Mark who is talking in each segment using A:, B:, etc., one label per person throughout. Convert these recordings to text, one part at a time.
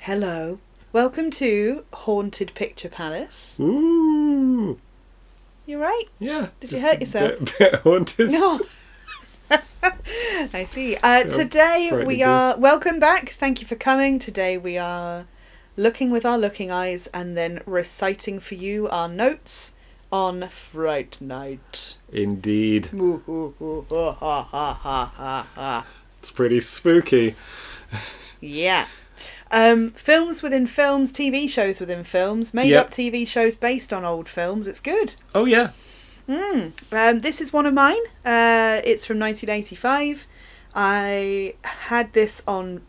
A: Hello. Welcome to Haunted Picture Palace.
B: Ooh.
A: You're right.
B: Yeah.
A: Did you
B: just
A: hurt
B: a
A: yourself?
B: Bit, bit haunted.
A: No. I see. Uh, today
B: frightening
A: we are welcome back. Thank you for coming. Today we are looking with our looking eyes and then reciting for you our notes on Fright Night.
B: Indeed.
A: yeah.
B: It's pretty spooky.
A: Um, films within films, TV shows within films, made
B: Yep.
A: up TV shows based on old films. It's good.
B: Oh yeah.
A: Mm. Um, this is one of mine. Uh, it's from 1985. I had this on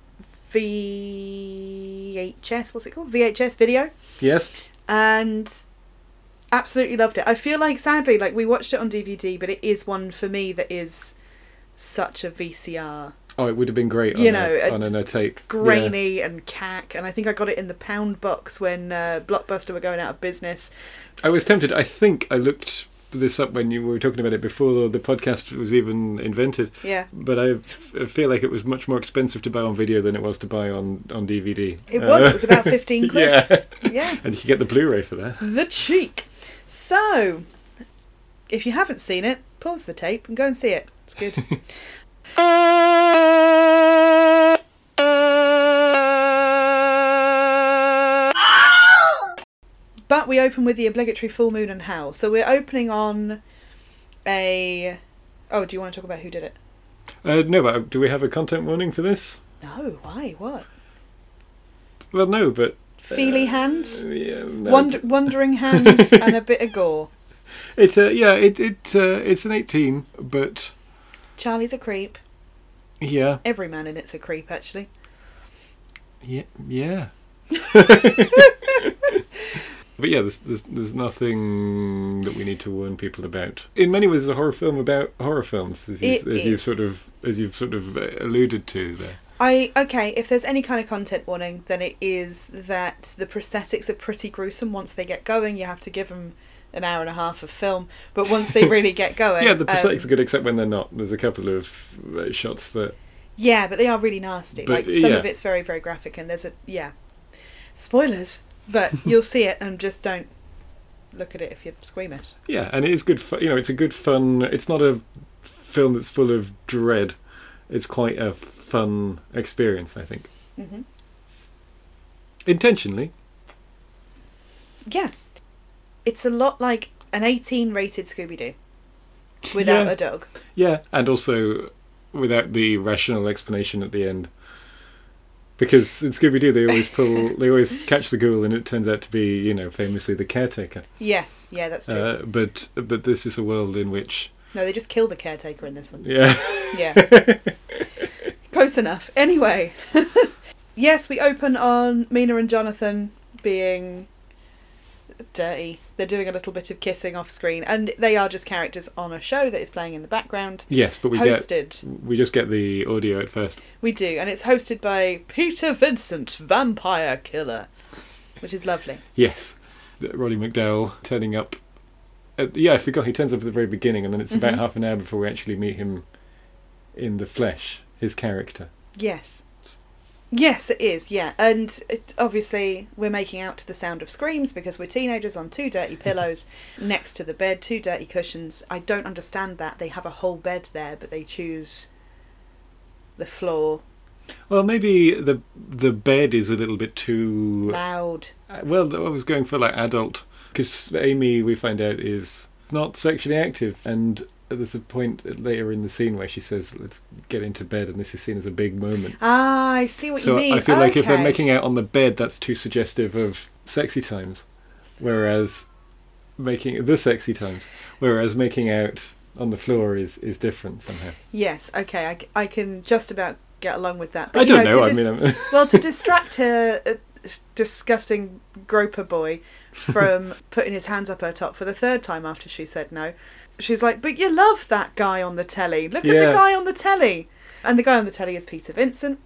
A: VHS. What's it called? VHS video,
B: Yes.
A: and absolutely loved it. I feel like sadly, like we watched it on DVD, but it is one for me that is such a VCR
B: Oh, it would have been great.
A: You
B: on
A: know,
B: a,
A: uh,
B: on an take.
A: grainy and cack. And I think I got it in the pound box when uh, Blockbuster were going out of business.
B: I was tempted. I think I looked this up when you were talking about it before the podcast was even invented.
A: Yeah.
B: But I f- feel like it was much more expensive to buy on video than it was to buy on on DVD.
A: It was.
B: Uh,
A: It was about 15 quid.
B: yeah.
A: yeah.
B: And you could get the Blu-ray for that.
A: The cheek. So, if you haven't seen it, pause the tape and go and see it. It's good. but we open with the obligatory full moon and howl. So we're opening on a. Oh, do you want to talk about who did it?
B: Uh, no, but do we have a content warning for this?
A: No. Why? What?
B: Well, no, but
A: Feely
B: Uh,
A: hands,
B: yeah, no,
A: wand- wandering hands, and a bit of gore.
B: It uh, yeah, it it uh, it's an eighteen, but
A: Charlie's a creep.
B: yeah,
A: Every man in it's a creep, actually.
B: yeah, yeah. but yeah, there's, there's there's nothing that we need to warn people about. In many ways, it's a horror film about horror films, as, you,
A: It
B: as you've
A: is.
B: sort of as you've sort of uh, alluded to there.
A: I okay. If there's any kind of content warning, then it is that the prosthetics are pretty gruesome. Once they get going, you have to give them an hour and a half of film. But once they really get going,
B: yeah, the prosthetics
A: um,
B: are good except when they're not. There's a couple of uh, shots that
A: yeah, but they are really nasty.
B: But,
A: like some
B: yeah.
A: of it's very very graphic, and there's a yeah, spoilers. But you'll see it, and just don't look at it if you're squeamish.
B: yeah, and it is good. Fu- you know, it's a good fun. It's not a film that's full of dread. It's quite a fun experience, I think,
A: hmm
B: intentionally.
A: Yeah, it's a lot like an 18 rated Scooby Doo without
B: Yeah.
A: a dog.
B: Yeah, and also without the rational explanation at the end, because in Scooby Doo they always pull, they always catch the ghoul, and it turns out to be, you know, famously the caretaker.
A: Yes, yeah, that's true.
B: Uh, but but this is a world in which,
A: no, they just kill the caretaker in this one.
B: yeah,
A: Yeah. Close enough. Anyway. yes, we open on Mina and Jonathan being dirty. They're doing a little bit of kissing off screen, and they are just characters on a show that is playing in the background.
B: yes, but we get
A: hosted.
B: we just get the audio at first.
A: We do, and it's hosted by Peter Vincent, Vampire Killer, which is lovely.
B: Yes, that Roddy McDowell turning up. At, yeah, I forgot he turns up at the very beginning, and then it's about
A: Mhm.
B: half an hour before we actually meet him in the flesh, his character.
A: Yes. Yes, it is, yeah. And it, obviously, we're making out to the sound of screams because we're teenagers on two dirty pillows next to the bed, two dirty cushions. I don't understand that. They have a whole bed there, but they choose the floor
B: Well, maybe the the bed is a little bit too
A: loud.
B: Uh, Well, I was going for like adult because Amy, we find out, is not sexually active, and there's a point later in the scene where she says, "Let's get into bed," and this is seen as a big moment.
A: Ah, I see what
B: So
A: you mean.
B: I feel like if they're
A: Okay.
B: making out on the bed, that's too suggestive of sexy times, whereas making the sexy times, whereas making out on the floor is is different somehow.
A: Yes, okay, I, c- I can just about get along with that.
B: I
A: you
B: don't know.
A: to
B: I
A: dis-
B: mean, I'm-
A: Well, to distract her uh, disgusting groper boy from putting his hands up her top for the third time after she said no, she's like, But you love that guy on the telly. Look at
B: Yeah.
A: the guy on the telly. And the guy on the telly is Peter Vincent.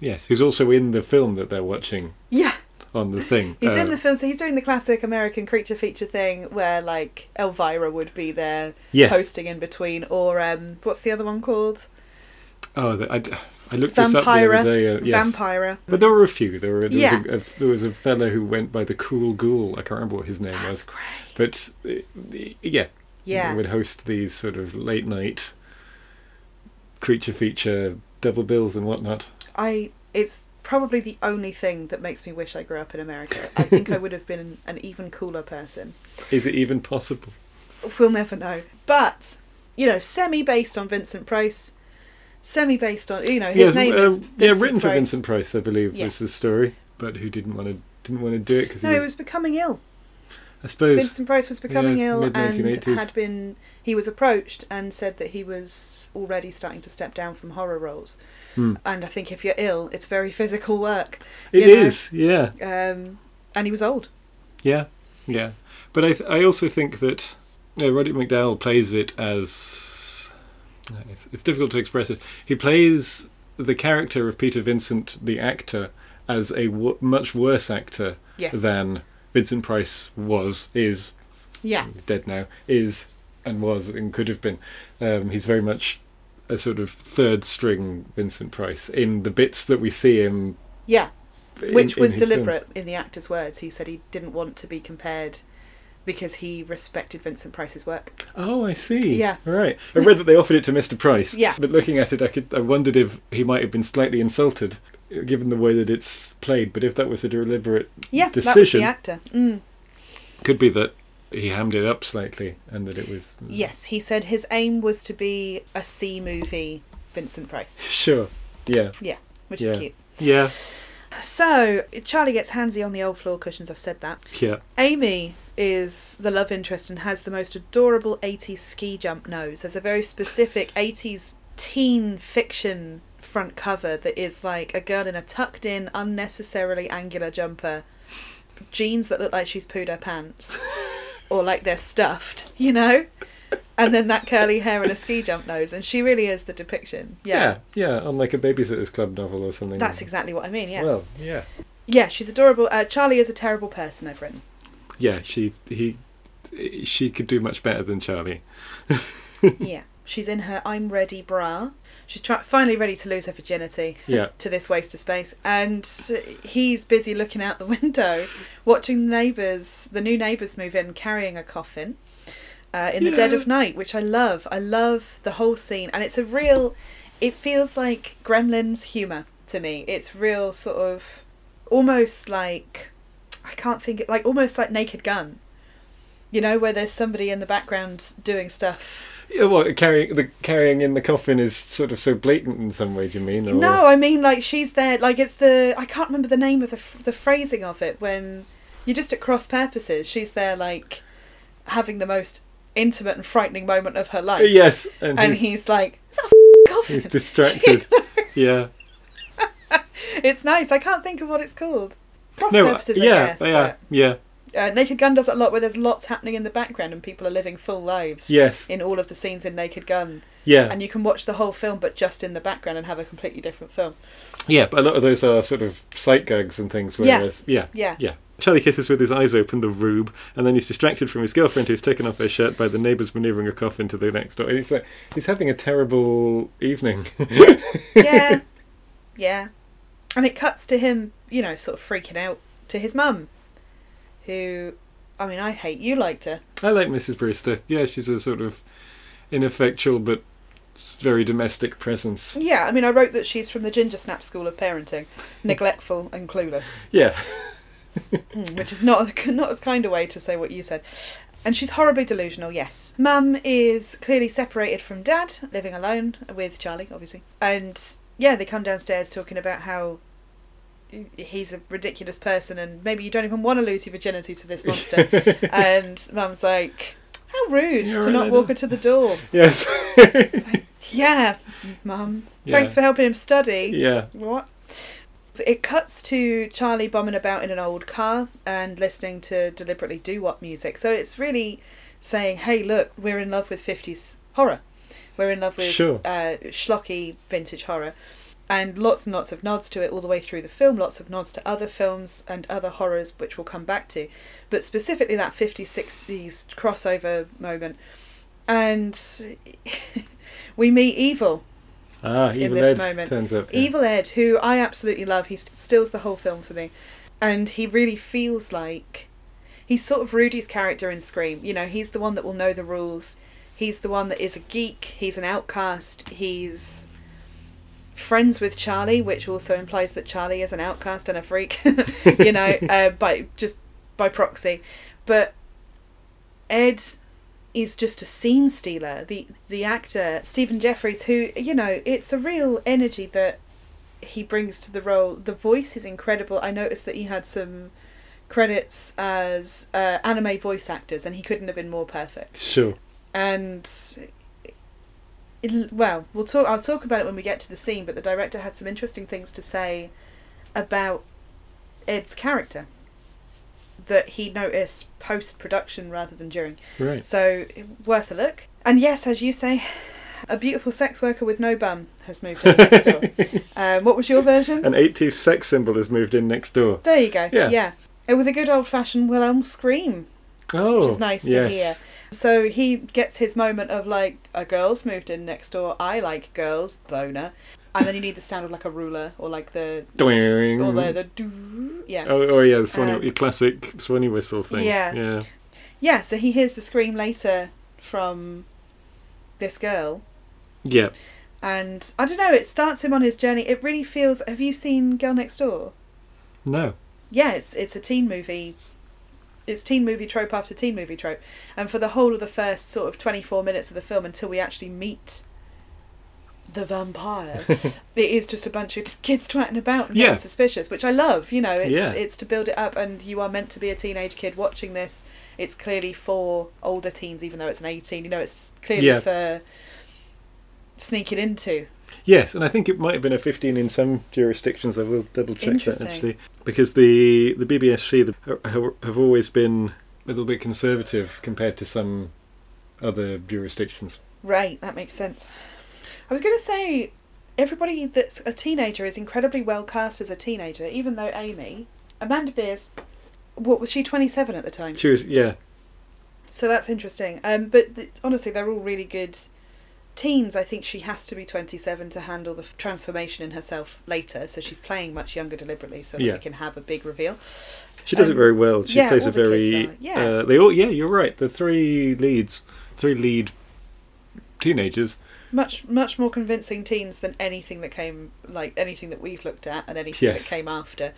B: yes, who's also in the film that they're watching
A: Yeah,
B: on the thing.
A: he's in
B: Uh,
A: the film, so he's doing the classic American creature feature thing where, like, Elvira would be there
B: yes.
A: hosting in between, or um, what's the other one called?
B: Oh, the, I d- I looked this up the
A: Vampira.
B: other day. Uh, yes.
A: Vampira.
B: But there were a few. There were there,
A: Yeah.
B: was a, a, there was a fellow who went by the Cool Ghoul. I can't remember what his name
A: That's
B: was,
A: great.
B: but uh, yeah,
A: Yeah.
B: would host these sort of late night creature feature double bills and whatnot.
A: I it's probably the only thing that makes me wish I grew up in America. I think I would have been an even cooler person.
B: Is it even possible?
A: We'll never know. But you know, semi based on Vincent Price, semi based on you know his name
B: uh,
A: is
B: yeah,
A: Vincent
B: written for
A: Price.
B: Vincent Price, I believe,
A: Yes.
B: was the story. But who didn't want to didn't want to do it because
A: No, he was becoming ill.
B: I suppose
A: Vincent Price was becoming
B: yeah,
A: ill and
B: mid-1980s.
A: had been. He was approached and said that he was already starting to step down from horror roles.
B: Hmm.
A: And I think if you're ill, it's very physical work.
B: it
A: you know.
B: is. Yeah,
A: Um, and he was old.
B: yeah, yeah. But I th- I also think that you know, Roderick McDowell plays it as it's, it's difficult to express it. He plays the character of Peter Vincent, the actor, as a w- much worse actor
A: Yes.
B: than Vincent Price was, is,
A: Yeah.
B: he's dead now, is, and was, and could have been. Um, he's very much a sort of third string Vincent Price in the bits that we see him.
A: Yeah.
B: in-
A: which
B: in
A: was
B: his films.
A: deliberate in the actor's words. He said he didn't want to be compared because he respected Vincent Price's work.
B: Oh, I see.
A: Yeah.
B: Right. I read that they offered it to Mr. Price.
A: Yeah.
B: But looking at it, I, could, I wondered if he might have been slightly insulted, uh, given the way that it's played. But if that was a deliberate
A: Yeah, that was
B: decision,
A: the actor. Mm.
B: could be that he hammed it up slightly and that it was.
A: Yes, he said his aim was to be a C movie Vincent Price,
B: Sure. Yeah.
A: which
B: Yeah.
A: is cute.
B: Yeah.
A: So Charlie gets handsy on the old floor cushions. I've said that.
B: Yeah.
A: Amy is the love interest and has the most adorable 80s ski jump nose. There's a very specific 80s teen fiction front cover that is like a girl in a tucked in, unnecessarily angular jumper, jeans that look like she's pooed her pants, or like they're stuffed, you know? And then that curly hair and a ski jump nose. And she really is the depiction. Yeah.
B: Yeah, yeah, on like a babysitter's club novel or something.
A: That's exactly what I mean, yeah.
B: Well, yeah,
A: yeah, she's adorable. Uh, Charlie is a terrible person, I've written.
B: yeah. She he she could do much better than Charlie.
A: yeah, she's in her I'm ready bra. She's try- finally ready to lose her virginity
B: Yeah,
A: to this waste of space, and he's busy looking out the window, watching the neighbours, the new neighbours move in, carrying a coffin. Uh, in the dead of night, which I love. I love the whole scene, and it's a real. It feels like Gremlins humour to me. It's real sort of, almost like, I can't think like almost like Naked Gun, you know, where there's somebody in the background doing stuff
B: yeah. Well, carrying the carrying in the coffin is sort of so blatant in some way. Do you mean? Or,
A: No, I mean like she's there. Like it's the I can't remember the name of the f- the phrasing of it when you're just at cross purposes. She's there like having the most intimate and frightening moment of her life.
B: Yes, and,
A: and
B: he's,
A: he's like, "Is that a f- coffin?"
B: he's distracted. yeah.
A: it's nice. I can't think of what it's called. Cross
B: No.
A: purposes, I
B: yeah.
A: guess.
B: yeah. Yeah.
A: but, uh, Naked Gun does that a lot where there's lots happening in the background and people are living full lives.
B: Yes.
A: In all of the scenes in Naked Gun,
B: Yeah.
A: and you can watch the whole film, but just in the background, and have a completely different film.
B: Yeah. But a lot of those are sort of sight gags and things.
A: Yeah.
B: Whereas, yeah.
A: Yeah,
B: Yeah. Charlie kisses with his eyes open the rube, and then he's distracted from his girlfriend who's taken off her shirt by the neighbours manoeuvring a coffin to the next door. And he's like, he's having a terrible evening.
A: yeah, yeah. And it cuts to him, you know, sort of freaking out to his mum, who, I mean, I hate you liked her.
B: I like Mrs. Brewster. Yeah, she's a sort of ineffectual but very domestic presence.
A: Yeah, I mean, I wrote that she's from the Ginger Snap School of Parenting, neglectful and clueless,
B: Yeah.
A: Mm, which is not a, not a kind of way to say what you said. And she's horribly delusional, yes. Mum is clearly separated from dad, living alone with Charlie, obviously. And yeah, they come downstairs talking about how he's a ridiculous person and maybe you don't even want to lose your virginity to this monster. Uh, and mum's like, "How rude
B: You're
A: to
B: right,
A: not
B: I
A: walk
B: know.
A: her to the door."
B: yes.
A: It's like, yeah, mum.
B: Yeah.
A: Thanks for helping him study.
B: yeah.
A: What? It cuts to Charlie bumming about in an old car and listening to deliberately do what music. So it's really saying, "Hey, look, we're in love with fifties horror. We're in love with
B: Sure.
A: uh, schlocky vintage horror." And lots and lots of nods to it all the way through the film, lots of nods to other films and other horrors, which we'll come back to but specifically that 50s 60s crossover moment and we meet evil
B: Ah, Evil
A: in this
B: Ed
A: moment.
B: turns up. yeah.
A: Evil Ed, who I absolutely love, he st- steals the whole film for me. And he really feels like he's sort of Rudy's character in Scream. You know, he's the one that will know the rules. He's the one that is a geek. He's an outcast. He's friends with Charlie, which also implies that Charlie is an outcast and a freak, you know, uh, by just by proxy. But Ed is just a scene stealer. The the actor Stephen Jeffries, who you know, it's a real energy that he brings to the role. The voice is incredible. I noticed that he had some credits as uh, anime voice actors, and he couldn't have been more perfect.
B: Sure.
A: And it, well, we'll talk. I'll talk about it when we get to the scene. But the director had some interesting things to say about Ed's character that he noticed post production rather than during.
B: Right.
A: So worth a look. And yes, as you say, a beautiful sex worker with no bum has moved in next door. um, what was your version?
B: An 80s sex symbol has moved in next door.
A: There you go.
B: Yeah.
A: And with a good old fashioned Wilhelm scream,
B: Oh.
A: which is nice to
B: yes.
A: hear. So he gets his moment of like, a girl's moved in next door. I like girls, boner. And then you need the sound of like a ruler or like the
B: Doing.
A: or the, the doo, yeah.
B: Mm-hmm. Oh, oh yeah, the swanny,
A: Um,
B: your classic swanny whistle thing.
A: Yeah.
B: Yeah.
A: Yeah, so he hears the scream later from this girl
B: Yeah.
A: and I don't know. It starts him on his journey. It really feels. Have you seen Girl Next Door?
B: No.
A: Yeah, it's it's a teen movie. It's teen movie trope after teen movie trope, and for the whole of the first sort of twenty four minutes of the film until we actually meet the vampire, it is just a bunch of kids twatting about and
B: Yeah.
A: being suspicious, which I love. You know, it's
B: Yeah.
A: it's to build it up, and you are meant to be a teenage kid watching this. It's clearly for older teens, even though it's an eighteen. You know, it's clearly
B: Yeah.
A: for sneaking into.
B: Yes, and I think it might have been a 15 in some jurisdictions. I will double check that
A: Interesting.
B: actually, because the the BBFC the, have, have always been a little bit conservative compared to some other jurisdictions.
A: Right, that makes sense. I was going to say everybody that's a teenager is incredibly well cast as a teenager, even though Amy, Amanda Beers, what was she, 27 at the time?
B: She was, yeah,
A: So that's interesting. Um, but th- honestly, they're all really good teens. I think she has to be 27 to handle the f- transformation in herself later, so she's playing much younger deliberately so that
B: Yeah.
A: we can have a big reveal.
B: she does
A: Um,
B: it very well. She
A: yeah,
B: plays
A: all
B: a
A: the kids
B: very
A: are, yeah.
B: Uh, they all yeah. You're right. The three leads, three lead teenagers.
A: Much, much more convincing teens than anything that came, like anything that we've looked at and anything
B: Yes.
A: that came after.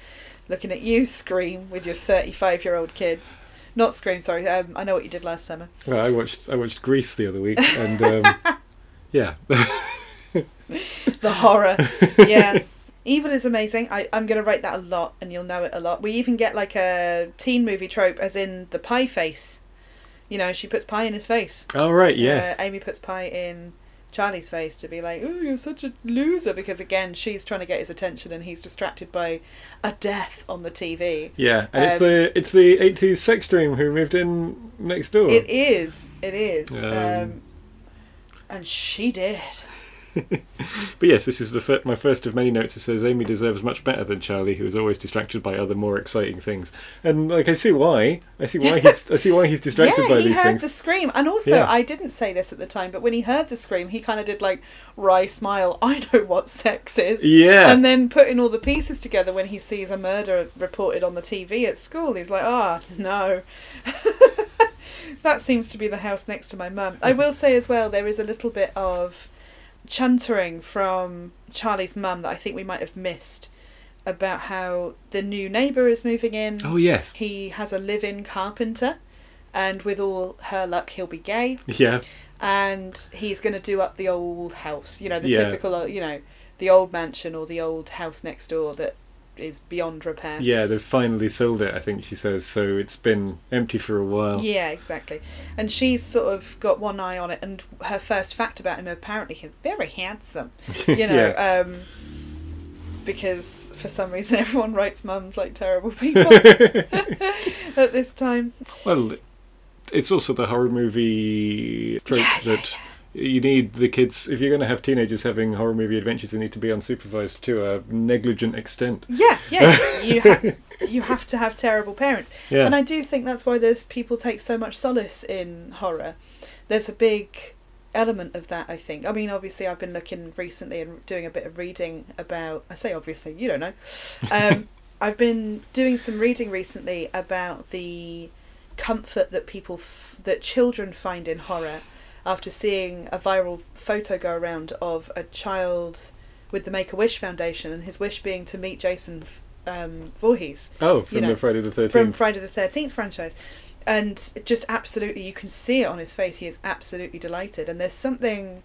A: Looking at you, Scream, with your 35 year old kids. Not Scream, sorry, um, I know what you did last summer.
B: Well, I watched I watched Greece the other week, and um, yeah,
A: The horror. yeah. Evil is amazing. I, I'm going to write that a lot and you'll know it a lot. We even get like a teen movie trope, as in the pie face. You know, she puts pie in his face.
B: all right, yes,
A: Uh, Amy puts pie in Charlie's face to be like, "Oh, you're such a loser," because again, she's trying to get his attention, and he's distracted by a death on the TV.
B: yeah. And it's
A: um,
B: the it's the 80s sex dream who moved in next door.
A: It is. It is.
B: Um.
A: Um, and she did.
B: But yes, this is the fir- my first of many notes that says Amy deserves much better than Charlie, who is always distracted by other more exciting things. And like, I see why. I see why he's. I see why he's distracted
A: yeah,
B: by
A: he
B: these
A: heard
B: things.
A: the scream, and also
B: Yeah.
A: I didn't say this at the time, but when he heard the scream, he kind of did like wry smile. I know what sex is.
B: Yeah.
A: And then putting all the pieces together when he sees a murder reported on the TV at school, he's like, ah, no. that seems to be the house next to my mum. I will say as well, there is a little bit of chuntering from Charlie's mum that I think we might have missed about how the new neighbour is moving in.
B: oh yes.
A: He has a live in carpenter, and with all her luck, he'll be gay
B: Yeah.
A: and he's going to do up the old house. You know, the
B: Yeah.
A: typical, uh, you know, the old mansion or the old house next door that is beyond repair.
B: Yeah. They've finally sold it. I think she says. So it's been empty for a while.
A: Yeah, exactly. And she's sort of got one eye on it, and her first fact about him apparently he's very handsome. You know, um, because for some reason everyone writes mums like terrible people at this time.
B: Well, it's also the horror movie trope
A: Yeah, yeah,
B: that you need the kids. If you're going to have teenagers having horror movie adventures, they need to be unsupervised to a negligent extent.
A: Yeah, yeah. you have you have to have terrible parents.
B: Yeah.
A: And I do think that's why there's people take so much solace in horror. There's a big element of that, I think. I mean, obviously, I've been looking recently and doing a bit of reading about. I say obviously, you don't know. Um, I've been doing some reading recently about the comfort that people f- that children find in horror after seeing a viral photo go around of a child with the Make a Wish Foundation and his wish being to meet Jason um, Voorhees.
B: Oh, from you know, the Friday the Thirteenth.
A: From Friday the Thirteenth franchise, and just absolutely, you can see it on his face. He is absolutely delighted, and there's something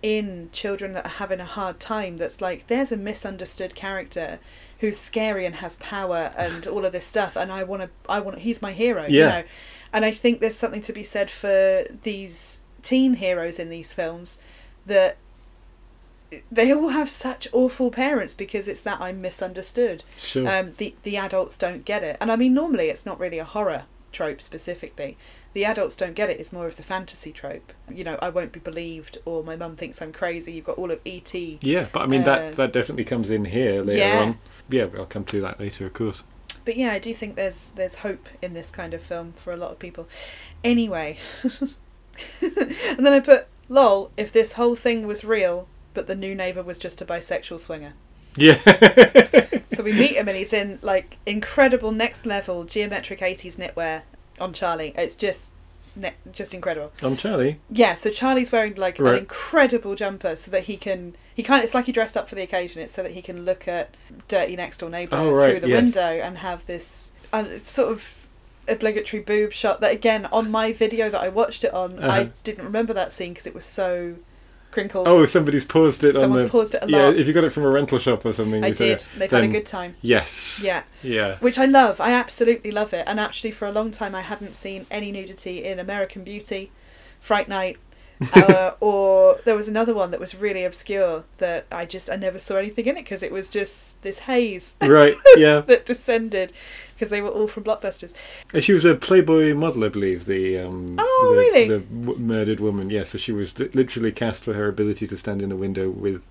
A: in children that are having a hard time that's like there's a misunderstood character who's scary and has power and all of this stuff and i want to i want he's my hero yeah. you know and i think there's something to be said for these teen heroes in these films that they all have such awful parents because it's that I'm misunderstood.
B: Sure.
A: Um, the the adults don't get it, and I mean normally it's not really a horror trope specifically. The adults don't get it. It's more of the fantasy trope. You know, I won't be believed, or my mum thinks I'm crazy. You've got all of E ET.
B: Yeah, but I mean uh, that that definitely comes in here later yeah. on. Yeah, I'll come to that later, of course.
A: But yeah, I do think there's there's hope in this kind of film for a lot of people. Anyway, and then I put lol if this whole thing was real but the new neighbor was just a bisexual swinger.
B: Yeah.
A: so we meet him and he's in like incredible next level geometric 80s knitwear on Charlie. It's just ne- just incredible.
B: On Charlie.
A: Yeah, so Charlie's wearing like right. an incredible jumper so that he can he kind of it's like he dressed up for the occasion. It's so that he can look at dirty next door neighbor
B: oh, right,
A: through the
B: yes.
A: window and have this uh, sort of obligatory boob shot that again on my video that I watched it on uh-huh. I didn't remember that scene because it was so crinkles.
B: Oh, somebody's paused it.
A: Someone's
B: on the,
A: paused it a lot.
B: Yeah, if you got it from a rental shop or something.
A: I did. They've
B: then,
A: had a good time.
B: Yes.
A: Yeah.
B: Yeah.
A: Which I love. I absolutely love it. And actually, for a long time, I hadn't seen any nudity in American Beauty, Fright Night, uh, or there was another one that was really obscure that I just I never saw anything in it because it was just this haze.
B: Right. Yeah.
A: that descended because they were all from blockbusters.
B: And she was a Playboy model, I believe. The um,
A: oh
B: the,
A: really?
B: The w- murdered woman. Yeah. So she was li- literally cast for her ability to stand in a window with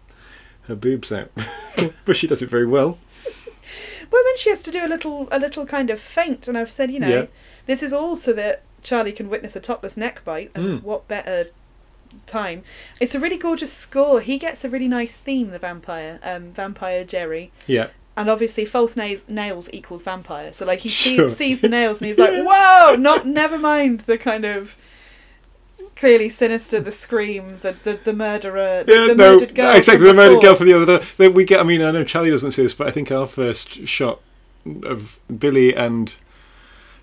B: her boobs out, but she does it very well.
A: Well, then she has to do a little a little kind of feint, and I've said, you know,
B: Yeah.
A: this is all so that. Charlie can witness a topless neck bite, and
B: Mm.
A: what better time. It's a really gorgeous score. He gets a really nice theme, the vampire, um, Vampire Jerry.
B: Yeah.
A: And obviously, false nails, nails equals vampire. So, like, he
B: Sure.
A: sees, sees the nails and he's like, whoa, not, never mind the kind of clearly sinister, the scream, the, the, the murderer,
B: Yeah,
A: the
B: no,
A: murdered girl.
B: exactly. The
A: from
B: murdered girl
A: before.
B: from the other. Then we get. I mean, I know Charlie doesn't see this, but I think our first shot of Billy and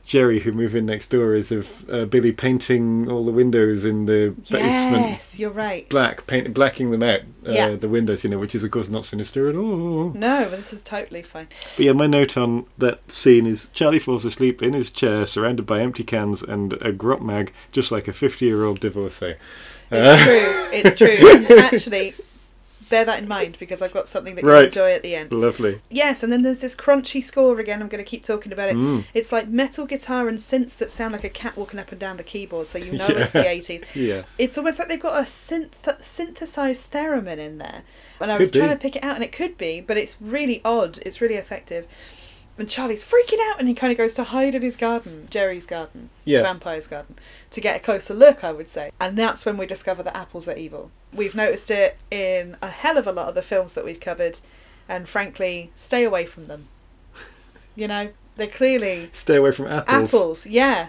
B: Jerry, who move in next door, is of uh, Billy painting all the windows in the basement
A: Yes, you're right.
B: black, paint, blacking them out. Uh,
A: Yeah.
B: The windows, you know, which is of course not sinister at all.
A: No, this is totally fine.
B: But yeah, my note on that scene is Charlie falls asleep in his chair, surrounded by empty cans and a grot mag, just like a fifty-year-old divorcee. Uh.
A: It's true. It's true. And actually, bear that in mind because I've got something that you
B: Right.
A: enjoy at the end.
B: Lovely.
A: Yes, and then there's this crunchy score again. I'm going to keep talking about it.
B: Mm.
A: It's like metal guitar and synths that sound like a cat walking up and down the keyboard, so you know it's the
B: Yeah.
A: 80s.
B: Yeah.
A: It's almost like they've got a synth- synthesized theremin in there. And I
B: Could
A: was trying
B: be.
A: to pick it out, and it could be, but it's really odd. It's really effective. And Charlie's freaking out, and he kind of goes to hide in his garden, Jerry's garden,
B: Yeah.
A: vampire's garden, to get a closer look, I would say. And that's when we discover that apples are evil. We've noticed it in a hell of a lot of the films that we've covered, and frankly, stay away from them. You know, they're clearly
B: Stay away from apples.
A: apples, yeah.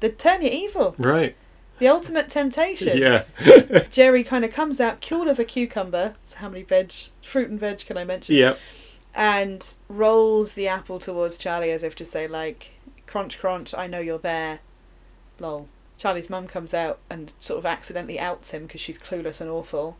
A: They turn you evil.
B: Right.
A: The ultimate temptation.
B: Yeah.
A: Jerry kind of comes out, cool as a cucumber. So how many veg, fruit and veg can I mention?
B: yeah.
A: And rolls the apple towards Charlie as if to say, like, crunch, crunch, I know you're there. Lol. Charlie's mum comes out and sort of accidentally outs him because she's clueless and awful.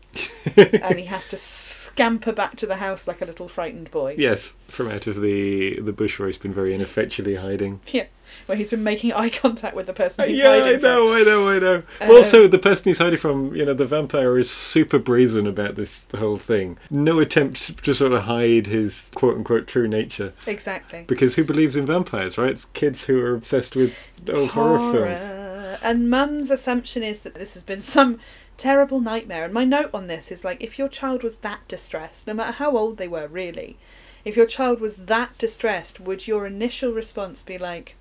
A: and he has to scamper back to the house like a little frightened boy.
B: Yes, from out of the the bush where he's been very ineffectually hiding.
A: Yeah. Where he's been making eye contact with the person he's
B: yeah,
A: hiding
B: I know, I know, I know. But
A: Um,
B: also, the person he's hiding from, you know, the vampire is super brazen about this whole thing. No attempt to sort of hide his quote unquote true nature.
A: from. Exactly.
B: Because who believes in vampires, right? It's kids who are obsessed with old horror, films.
A: Horror. And mum's assumption is that this has been some terrible nightmare. And my note on this is like, if your child was that distressed, no matter how old they were, really, if your child was that distressed, would your initial response be like,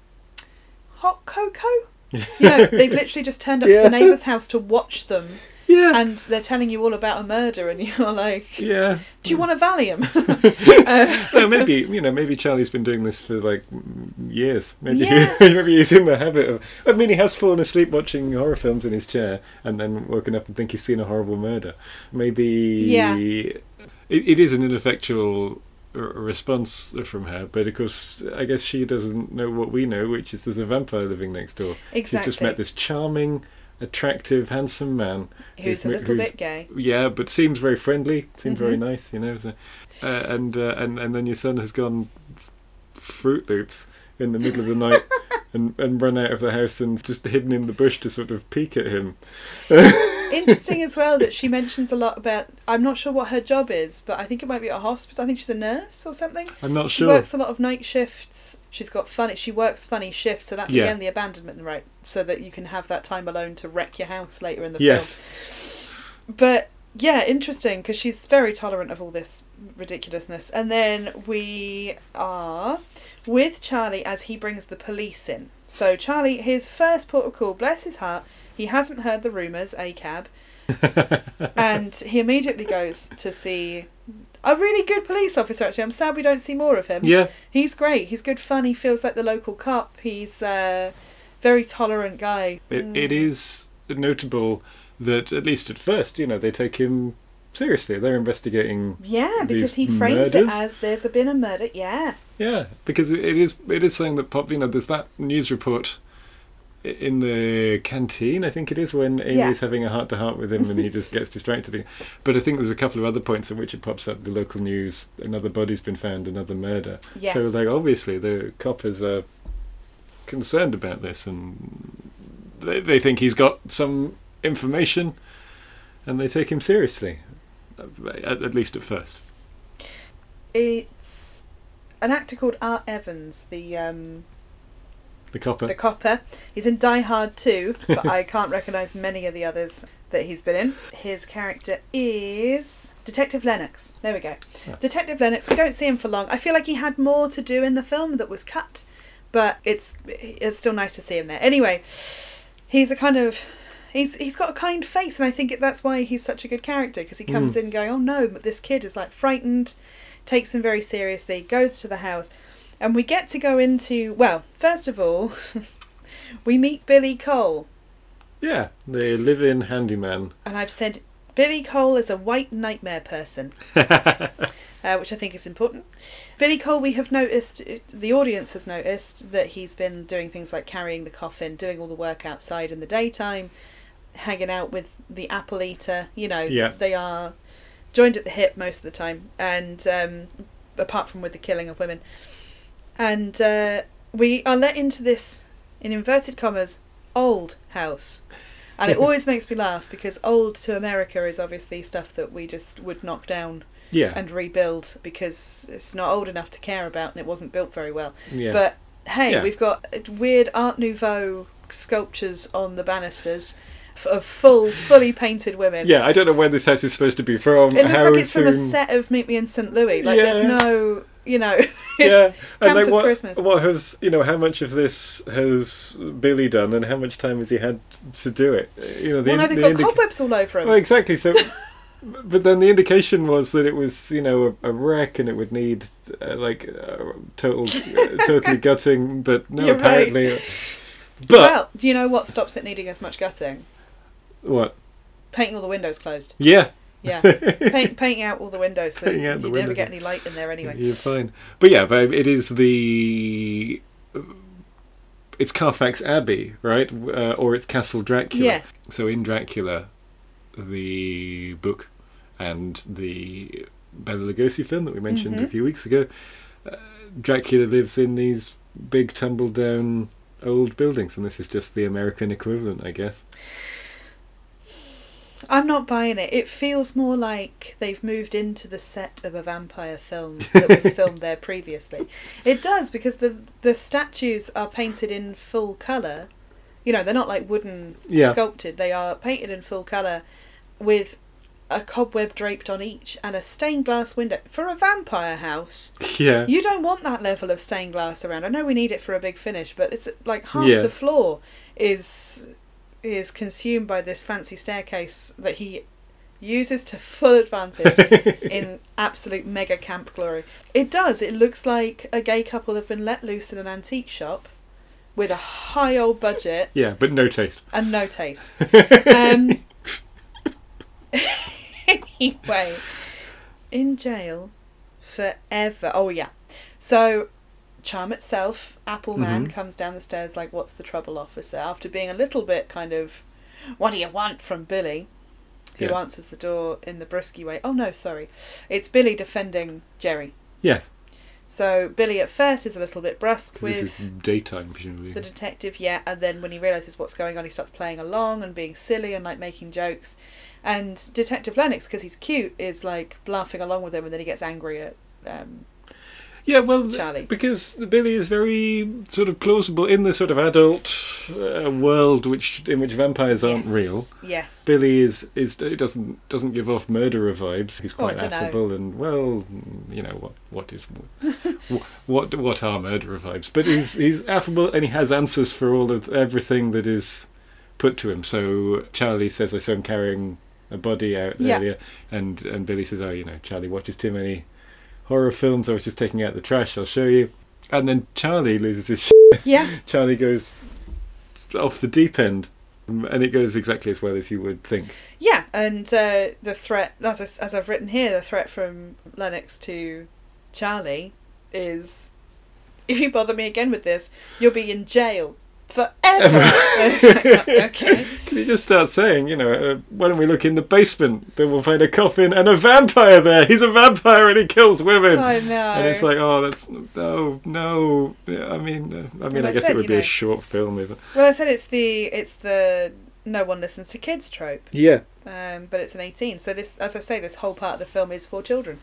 A: hot cocoa? You know, they've literally just turned up to
B: Yeah.
A: the neighbour's house to watch them,
B: Yeah.
A: and they're telling you all about a murder, and you're like,
B: yeah.
A: "Do you want a Valium?" Uh,
B: No, maybe you know, maybe Charlie's been doing this for like mm, years. Maybe
A: Yeah.
B: maybe he's in the habit of. I mean, he has fallen asleep watching horror films in his chair and then woken up and think he's seen a horrible murder. Maybe
A: Yeah.
B: it, it is an ineffectual r- response from her, but of course, I guess she doesn't know what we know, which is there's a vampire living next door. She's just
A: exactly.
B: met this charming, attractive, handsome man
A: Who's a
B: mi-
A: little
B: who's-
A: bit gay?
B: yeah, but seems very friendly, seems very
A: Mhm.
B: nice, you know. So, uh, and uh, and and then your son has gone Fruit Loops in the middle of the night and and run out of the house and just hidden in the bush to sort of peek at him.
A: Interesting as well that she mentions a lot about. I'm not sure what her job is, but I think it might be at a hospital. I think she's a nurse or something.
B: I'm not
A: She
B: sure.
A: works a lot of night shifts. She's got funny. She works funny shifts, so that's
B: Yeah.
A: again the abandonment right, so that you can have that time alone to wreck your house later in the
B: yes,
A: film. But yeah, interesting because she's very tolerant of all this ridiculousness. And then we are with Charlie as he brings the police in. So Charlie, his first port of call, bless his heart, he hasn't heard the rumours, a cab, and he immediately goes to see. A really good police officer, actually. I'm sad we don't see more of him.
B: yeah,
A: He's great. He's good fun. He feels like the local cop. He's a very tolerant guy. Mm.
B: it, it is notable that at least at first, you know, they take him seriously. They're investigating
A: Yeah, because he
B: These
A: frames it
B: murders?
A: as there's been a murder. Yeah.
B: Yeah, because it it is it is saying that pop. You know, there's that news report i- in the canteen. I think it is when Amy's
A: Yeah.
B: having a heart to heart with him, and he just gets distracted. But I think there's a couple of other points in which it pops up. The local news: another body's been found, another murder.
A: Yes.
B: So, like, obviously, the coppers are concerned about this, and they they think he's got some information, and they take him seriously, at, at least at first.
A: It's an actor called Art Evans, the um,
B: The copper.
A: the copper. He's in Die Hard 2, but I can't recognise many of the others that he's been in. His character is Detective Lennox. There we go.
B: Ah.
A: Detective Lennox, we don't see him for long. I feel like he had more to do in the film that was cut, but it's it's still nice to see him there. Anyway, he's a kind of he's he's got a kind face and I think that's why he's such a good character because he comes in going, "Oh no, but this kid is like frightened." Takes him very seriously, goes to the house, and we get to go into well, first of all, we meet Billy Cole,
B: yeah, the live-in handyman.
A: and I've said Billy Cole is a white nightmare person. uh, which I think is important. Billy Cole, we have noticed, the audience has noticed that he's been doing things like carrying the coffin, doing all the work outside in the daytime, hanging out with the apple eater. You know,
B: Yeah.
A: they are joined at the hip most of the time, and um, apart from with the killing of women. And uh, we are let into this, in inverted commas, old house. And it always makes me laugh because old to America is obviously stuff that we just would knock down
B: Yeah.
A: and rebuild because it's not old enough to care about and it wasn't built very well.
B: yeah.
A: But hey,
B: Yeah.
A: we've got weird Art Nouveau sculptures on the banisters f- of full, fully painted women.
B: yeah, I don't know where this house is supposed to be from.
A: It looks
B: how
A: like it's from a
B: soon-
A: set of Meet Me in St. Louis. Like there's
B: Yeah.
A: no, you know, it's
B: Yeah, and like
A: campus
B: what,
A: Christmas.
B: what has you know how much of this has Billy done, and how much time has he had to do it? You know, the,
A: well, no,
B: in-
A: they've
B: the
A: got
B: indica-
A: cobwebs all over them.
B: Well, exactly. So, but then the indication was that it was you know a, a wreck, and it would need uh, like uh, total, uh, totally gutting. But no,
A: You're right.
B: apparently, uh, but
A: well, do you know what stops it needing as much gutting?
B: what?
A: Painting all the windows closed.
B: Yeah,
A: Yeah, Paint, painting out all the windows so
B: Painting
A: you
B: out the
A: never
B: windows.
A: get any light in there anyway.
B: You're fine. But yeah, but it is the. It's Carfax Abbey, right? Uh, or it's Castle Dracula.
A: Yes.
B: So in Dracula, the book and the Bela Lugosi film that we mentioned a
A: Mhm.
B: few weeks ago, uh, Dracula lives in these big tumble down old buildings, and this is just the American equivalent, I guess.
A: I'm not buying it. It feels more like they've moved into the set of a vampire film that was filmed there previously. It does because the the statues are painted in full color. You know, they're not like wooden
B: Yeah.
A: sculpted. They are painted in full color with a cobweb draped on each and a stained glass window for a vampire house.
B: Yeah.
A: You don't want that level of stained glass around. I know we need it for a big finish, but it's like half
B: Yeah.
A: the floor is is consumed by this fancy staircase that he uses to full advantage in absolute mega camp glory. It does. It looks like a gay couple have been let loose in an antique shop with a high old budget
B: yeah, but no taste.
A: and no taste. Um, anyway, in jail forever. Oh yeah. So, Charm itself, Apple Man
B: Mhm.
A: comes down the stairs like, "What's the trouble, officer?" After being a little bit kind of, "What do you want from Billy?" Who
B: Yeah.
A: answers the door in the brisky way? Oh no, sorry, it's Billy defending Jerry.
B: Yes,
A: So Billy at first is a little bit brusque with
B: because this is daytime, presumably.
A: the detective yeah and then when he realizes what's going on he starts playing along and being silly and like making jokes and detective lennox because he's cute is like laughing along with him and then he gets angry at um,
B: Yeah, well, th-
A: Charlie.
B: because the Billy is very sort of plausible in the sort of adult uh, world, which in which vampires aren't
A: yes,
B: real.
A: yes
B: Billy is is he doesn't doesn't give off murderer vibes. He's
A: Oh, I
B: quite
A: dunno.
B: affable and well, mm, you know what what is wh- what what are murderer vibes? But he's he's affable and he has answers for all of everything that is put to him. So Charlie says, "I saw him carrying a body out
A: Yeah.
B: earlier," and and Billy says, "Oh, you know, Charlie watches too many horror films. I was just taking out the trash. I'll show you." And then Charlie loses his
A: yeah
B: Charlie goes off the deep end, and it goes exactly as well as you would think.
A: yeah and uh, the threat as, I s as i've written here the threat from lennox to charlie is if you bother me again with this you'll be in jail forever And it's like, okay
B: Can you just start saying, you know, uh, why don't we look in the basement? Then we'll find a coffin and a vampire there. He's a vampire and he kills women.
A: i know
B: And it's like, oh, that's no, no. Yeah, I mean, uh, I mean,
A: And
B: I,
A: I
B: guess
A: said,
B: it would
A: you
B: be
A: know-
B: a short film, even.
A: Well, I said it's the it's the no one listens to kids trope,
B: Yeah,
A: um, but it's an eighteen. So this, as I say, this whole part of the film is for children,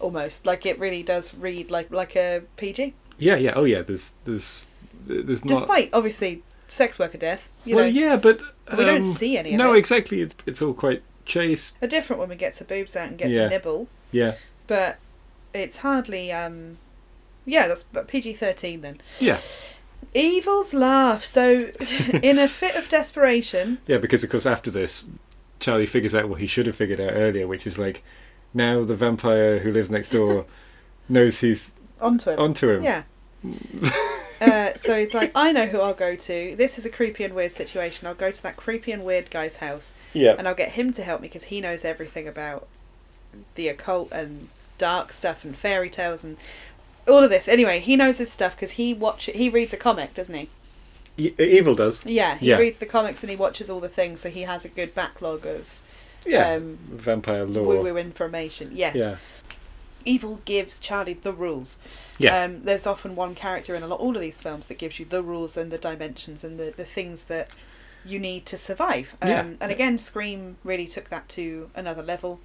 A: almost like it really does read like like a PG,
B: yeah, yeah. Oh, yeah. There's, there's, there's not.
A: despite obviously sex worker death. You
B: well,
A: know,
B: yeah, but um,
A: we don't see any of
B: No,
A: it.
B: exactly. It's, it's all quite chaste.
A: a different woman gets her boobs out and gets
B: Yeah.
A: a nibble,
B: Yeah,
A: but it's hardly um, yeah, that's but PG thirteen then.
B: yeah,
A: Evil's laugh. So, in a fit of desperation,
B: yeah. Because of course, after this, Charlie figures out what he should have figured out earlier, which is like, now the vampire who lives next door knows he's
A: onto him.
B: onto him.
A: Yeah. uh, so he's like, I know who I'll go to. This is a creepy and weird situation. I'll go to that creepy and weird guy's house
B: Yeah.
A: and I'll get him to help me because he knows everything about the occult and dark stuff and fairy tales and all of this. Anyway, he knows his stuff because he watch he reads a comic, doesn't he?
B: E- evil does.
A: Yeah, he
B: Yeah.
A: reads the comics and he watches all the things, so he has a good backlog of
B: Yeah.
A: um,
B: Vampire
A: woo
B: lore.
A: woo information. Yes.
B: Yeah.
A: Evil gives Charlie the rules.
B: Yeah.
A: Um, there's often one character in a lot all of these films that gives you the rules and the dimensions and the, the things that you need to survive. Um,
B: Yeah.
A: And again, Scream really took that to another level.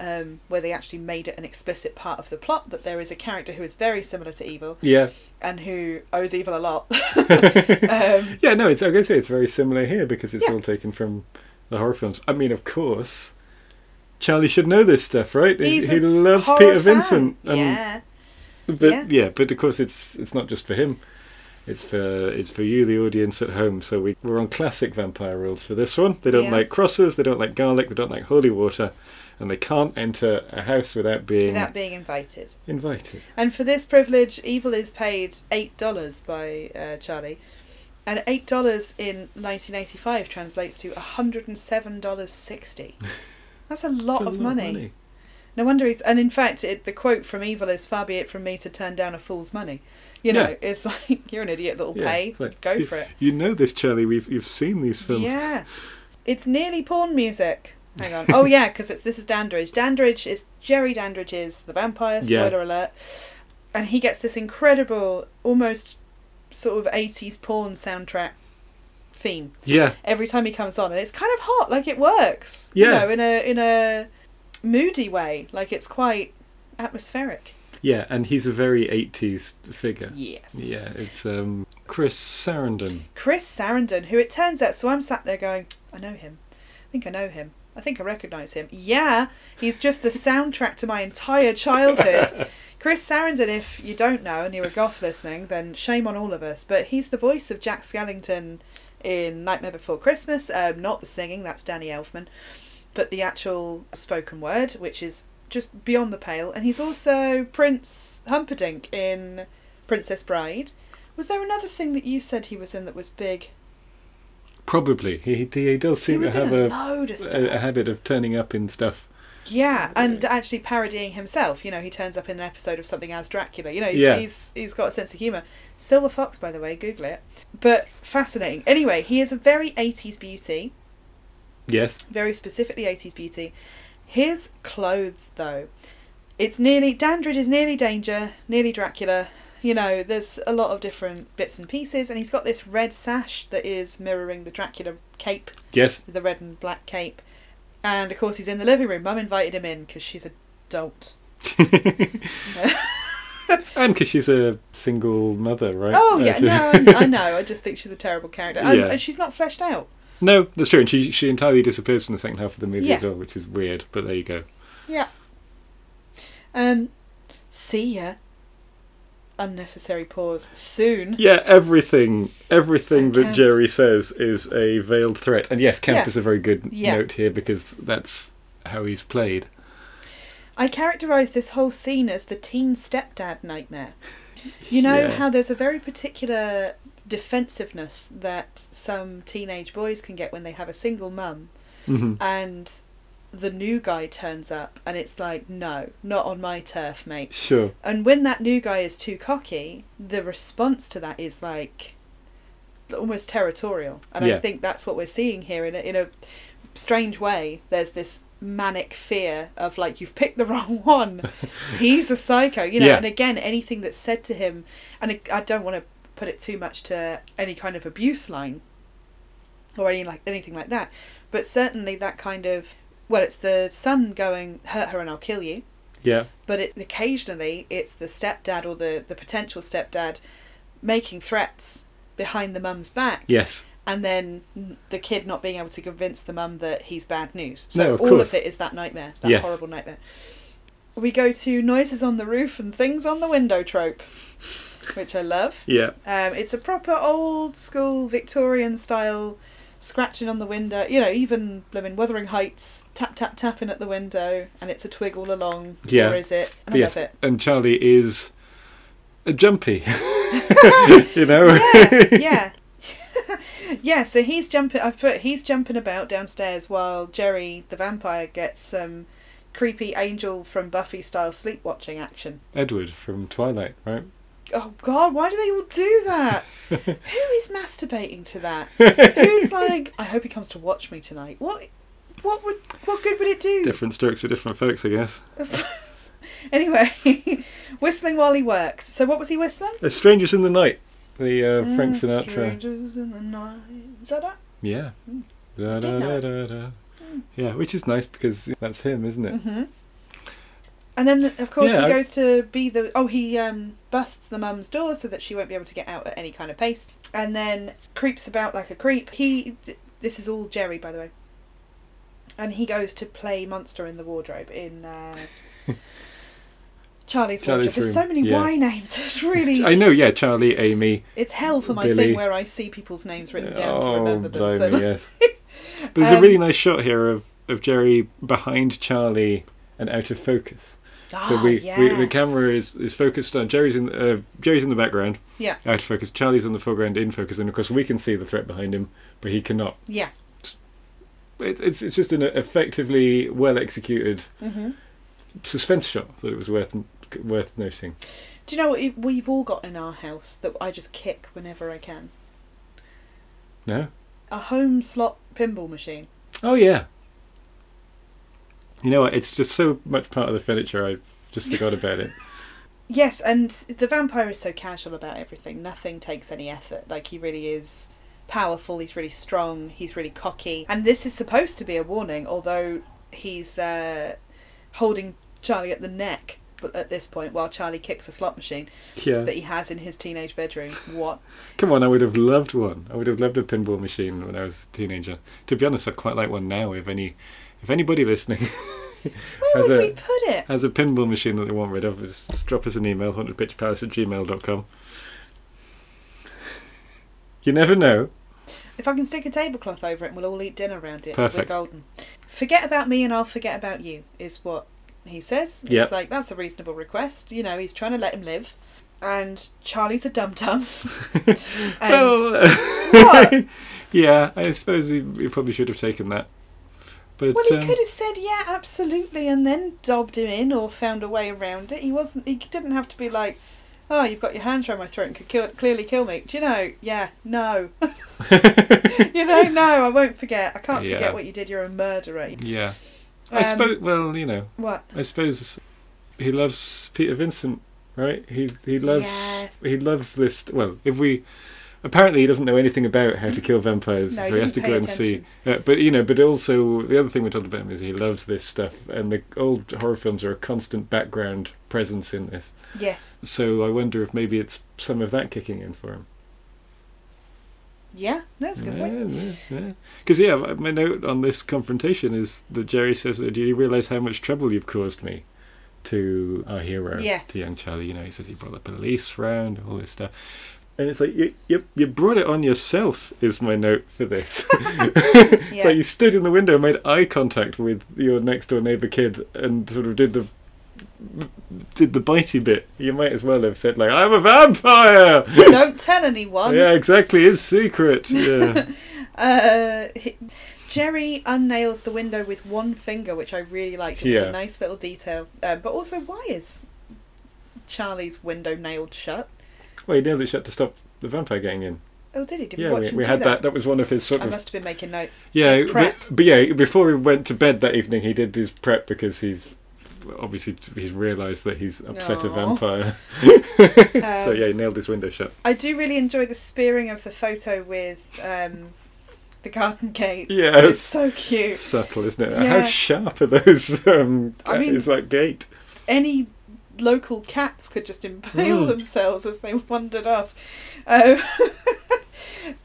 A: Um, where they actually made it an explicit part of the plot that there is a character who is very similar to Evil
B: yeah.
A: and who owes Evil a lot. um,
B: yeah. No, it's. I guess it's very similar here because it's
A: Yeah.
B: all taken from the horror films. I mean, of course, Charlie should know this stuff, right? He-
A: he's
B: he
A: a
B: loves
A: horror
B: Peter
A: fan.
B: Vincent. um, And,
A: yeah,
B: But
A: yeah.
B: yeah. But of course, it's it's not just for him. It's for it's for you, the audience at home. So we we're on classic vampire rules for this one. They don't
A: Yeah.
B: like crosses. They don't like garlic. They don't like holy water, and they can't enter a house without being
A: without being invited.
B: invited.
A: And for this privilege, Evil is paid eight dollars by uh, Charlie, and eight dollars in 1985 translates to 107 dollars 60. That's a lot,
B: It's a
A: of, money. No wonder he's. And in fact, it, the quote from Evil is "Far be it from me to turn down a fool's money." You know,
B: Yeah.
A: it's like you're an idiot that'll
B: Yeah,
A: pay.
B: it's like,
A: Go
B: you-
A: for it.
B: You know this, Charlie. We've you've seen these films.
A: Yeah, it's nearly porn music. Hang on. Oh yeah, because it's this is Dandridge. Dandridge is Jerry Dandridge is the vampire.
B: Yeah.
A: Spoiler alert. And he gets this incredible, almost sort of eighties porn soundtrack theme
B: Yeah,
A: every time he comes on, and it's kind of hot. Like it works.
B: Yeah.
A: You know, in a in a moody way. Like it's quite atmospheric.
B: yeah, and he's a very '80s figure.
A: Yes.
B: Yeah, it's um, Chris Sarandon.
A: Chris Sarandon, who it turns out, so I'm sat there going, I know him. I think I know him. I think I recognise him. Yeah, he's just the soundtrack to my entire childhood. Chris Sarandon, if you don't know and you're a goth listening, then shame on all of us. But he's the voice of Jack Skellington in Nightmare Before Christmas. Um, not the singing, that's Danny Elfman, but the actual spoken word, which is just beyond the pale. And he's also Prince Humperdinck in Princess Bride. Was there another thing that you said he was in that was big?
B: Probably. He, he does
A: He
B: seem to
A: was in
B: have
A: a
B: a,
A: load of stuff.
B: a, a habit of turning up in stuff.
A: Yeah, and actually parodying himself. You know, he turns up in an episode of something as Dracula. You know, he's,
B: Yeah.
A: he's, he's got a sense of humour. Silver Fox, by the way, Google it. But fascinating. Anyway, he is a very 80s beauty,
B: Yes.
A: very specifically 80s beauty. His clothes, though, it's nearly. Dandridge is nearly Danger, nearly Dracula. You know, there's a lot of different bits and pieces, and he's got this red sash that is mirroring the Dracula cape
B: Yes.
A: the red and black cape. And of course, he's in the living room. Mum invited him in because she's a dolt.
B: and because she's a single mother, right?
A: Oh,
B: Uh,
A: yeah,
B: so-
A: no, I, I know. I just think she's a terrible character. And,
B: Yeah.
A: and she's not fleshed out.
B: no, that's true. And she, she entirely disappears from the second half of the movie
A: Yeah.
B: as well, which is weird, but there you go.
A: Yeah. Um, see ya. Unnecessary pause. Soon.
B: Yeah, everything everything
A: So
B: that
A: camp.
B: Jerry says is a veiled threat. And yes, camp
A: Yeah.
B: is a very good
A: Yeah.
B: note here because that's how he's played.
A: I characterise this whole scene as the teen stepdad nightmare. You know
B: Yeah.
A: how there's a very particular defensiveness that some teenage boys can get when they have a single mum.
B: hmm
A: and the new guy turns up and it's like no not on my turf mate
B: Sure.
A: and when that new guy is too cocky the response to that is like almost territorial and i
B: Yeah.
A: think that's what we're seeing here in a, in a strange way there's this manic fear of like you've picked the wrong one he's a psycho you know
B: Yeah.
A: and again anything that's said to him and I- i don't want to put it too much to any kind of abuse line or any like anything like that but certainly that kind of well it's the son going hurt her and i'll kill you
B: Yeah.
A: but it, occasionally it's the stepdad or the, the potential stepdad making threats behind the mum's back
B: Yes.
A: and then the kid not being able to convince the mum that he's bad news so
B: No, of
A: all
B: course.
A: of it is that nightmare that
B: Yes.
A: horrible nightmare we go to noises on the roof and things on the window trope which i love
B: Yeah.
A: um, it's a proper old school Victorian style scratching on the window. You know, even I mean, Wuthering Heights, tap tap tapping at the window, and it's a twig all along.
B: Yeah.
A: Or is it? And I
B: yes.
A: love it.
B: And Charlie is a jumpy. you know?
A: yeah. yeah, so he's jumping I've put he's jumping about downstairs while Jerry the vampire gets some creepy angel from Buffy style sleep watching action.
B: Edward from Twilight, right?
A: Oh god, why do they all do that? Who is masturbating to that? Who's like, I hope he comes to watch me tonight. What what would what good would it do?
B: Different strokes for different folks, I guess.
A: anyway, whistling while he works. So what was he whistling?
B: Uh, Strangers in the Night, the
A: Mm,
B: uh, Frank Sinatra.
A: Strangers in the night. Is that it?
B: Yeah.
A: Mm.
B: Da, da,
A: Did
B: da,
A: know
B: da, da. Yeah, which is nice because that's him, isn't it?
A: hmm And then, of course,
B: Mm-hmm. Yeah, I-
A: he goes to be the. Oh, he um, busts the mum's door so that she won't be able to get out at any kind of pace. And then creeps about like a creep. He. th- This is all Jerry, by the way. And he goes to play monster in the wardrobe in uh, Charlie's,
B: Charlie's
A: wardrobe. There's so
B: room,
A: many
B: yeah.
A: Y names. It's really.
B: I know, yeah, Charlie, Amy.
A: It's hell for my
B: Billy.
A: thing where I see people's names written down to
B: oh,
A: remember them. so
B: blimey,
A: like-
B: yes. But there's a
A: Um,
B: really nice shot here of, of Jerry behind Charlie and out of focus. So
A: Ah,
B: we,
A: yeah.
B: we the camera is, is focused on Jerry's in uh, Jerry's in the background,
A: yeah,
B: out of focus. Charlie's on the foreground, in focus, and of course we can see the threat behind him, but he cannot.
A: yeah.
B: It, it's it's just an effectively well executed
A: hmm
B: suspense shot that it was worth worth noting.
A: Do you know what we've all got in our house that I just kick whenever I can?
B: No.
A: A home slot pinball machine.
B: Oh yeah. You know what? It's just so much part of the furniture. I just forgot about it.
A: Yes, and the vampire is so casual about everything. Nothing takes any effort. Like he really is powerful. He's really strong. He's really cocky. And this is supposed to be a warning, although he's uh, holding Charlie at the neck. But at this point, while Charlie kicks a slot machine
B: Yeah.
A: that he has in his teenage bedroom, what?
B: Come on, I would have loved one. I would have loved a pinball machine when I was a teenager. To be honest, I quite like one now. If any, if anybody listening
A: Where
B: has
A: would
B: a
A: we put it?
B: has a pinball machine that they want rid of, just drop us an email, hauntedpitchpalace at gmail.com. You never know.
A: If I can stick a tablecloth over it and we'll all eat dinner around it,
B: Perfect.
A: we're golden. Forget about me and I'll forget about you, is what he says.
B: Yep.
A: It's like, that's a reasonable request. You know, he's trying to let him live. And Charlie's a dum dum.
B: well, yeah, I suppose we, we probably should have taken that. But
A: Well, he
B: um,
A: could have said, yeah, absolutely, and then dobbed him in or found a way around it. He wasn't, he didn't have to be like, oh, you've got your hands around my throat and could kill, clearly kill me. Do you know? Yeah, no. you know, no, I won't forget. I can't
B: Yeah.
A: forget what you did. You're a murderer.
B: yeah, I
A: Um,
B: suppose. Well, you know,
A: What?
B: I suppose he loves Peter Vincent, right? He he loves
A: Yes.
B: he loves this. Well, if we apparently he doesn't know anything about how to kill vampires,
A: No, he
B: so he has to
A: didn't
B: go
A: pay
B: and see. Uh, but you know, but also the other thing we told about him is he loves this stuff, and the old horror films are a constant background presence in this.
A: Yes.
B: So I wonder if maybe it's some of that kicking in for him.
A: Yeah, no, that's a good point.
B: Because yeah, my my note on this confrontation is that Jerry says, "Do you realise how much trouble you've caused me?" To our hero,
A: Yes.
B: to young Charlie, you know, he says he brought the police round, all this stuff, and it's like you you, you brought it on yourself. Is my note for this?
A: Yeah.
B: So you stood in the window, made eye contact with your next door neighbour kid, and sort of did the did the bitey bit. You might as well have said like, "I'm a vampire."
A: Don't tell anyone.
B: yeah, exactly. His secret. Yeah.
A: Uh, he- Jerry unnails the window with one finger, which I really liked. It was
B: Yeah.
A: a nice little detail. Uh, but also, why is Charlie's window nailed shut?
B: well, he nailed it shut to stop the vampire getting in.
A: Oh, did he? Did
B: yeah,
A: we watch
B: we,
A: him
B: we
A: do
B: had that.
A: that?
B: that. was one of his sort
A: I
B: of.
A: must have been making notes.
B: Yeah,
A: His
B: but,
A: prep.
B: but yeah, before he went to bed that evening, he did his prep because he's obviously he's realised that he's upset a
A: Aw.
B: vampire. so
A: Um,
B: yeah, he nailed his window shut.
A: I do really enjoy the spearing of the photo with um, the garden gate.
B: Yes.
A: It's so cute.
B: subtle, isn't it? How
A: Yeah.
B: sharp are those? Um,
A: I mean-
B: it's like gate.
A: Any local cats could just impale
B: Mm.
A: themselves as they wandered off. Um,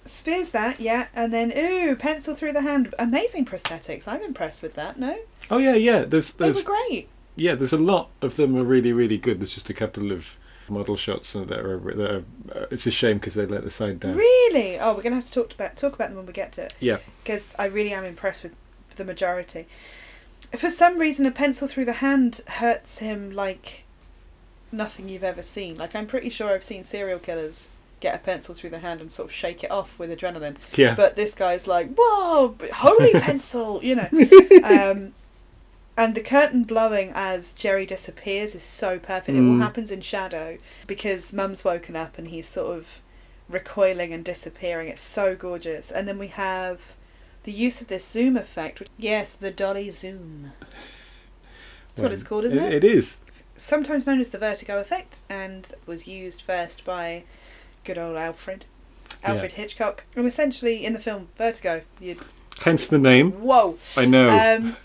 A: spears that, yeah, and then ooh, pencil through the hand. Amazing prosthetics. I'm impressed with that. No,
B: Oh yeah, yeah. There's
A: they
B: there's
A: were great.
B: yeah. There's a lot of them are really really good. There's just a couple of model shots that are that are. Uh, it's a shame because they let the side down.
A: Really? Oh, we're gonna have to talk about talk about them when we get to it.
B: Yeah.
A: Because I really am impressed with the majority. For some reason, a pencil through the hand hurts him like nothing you've ever seen. Like I'm pretty sure I've seen serial killers get a pencil through the hand and sort of shake it off with adrenaline.
B: Yeah.
A: But this guy's like, whoa, b- holy pencil, you know. Um, and the curtain blowing as Jerry disappears is so perfect. It all
B: Mm.
A: happens in shadow because Mum's woken up and he's sort of recoiling and disappearing. It's so gorgeous. And then we have the use of this zoom effect. Which, yes, the dolly zoom. That's what it's called, isn't it?
B: It is.
A: Sometimes known as the vertigo effect and was used first by good old Alfred.
B: Yeah.
A: Alfred Hitchcock. And essentially in the film Vertigo, you
B: Hence the name.
A: whoa.
B: I know.
A: Um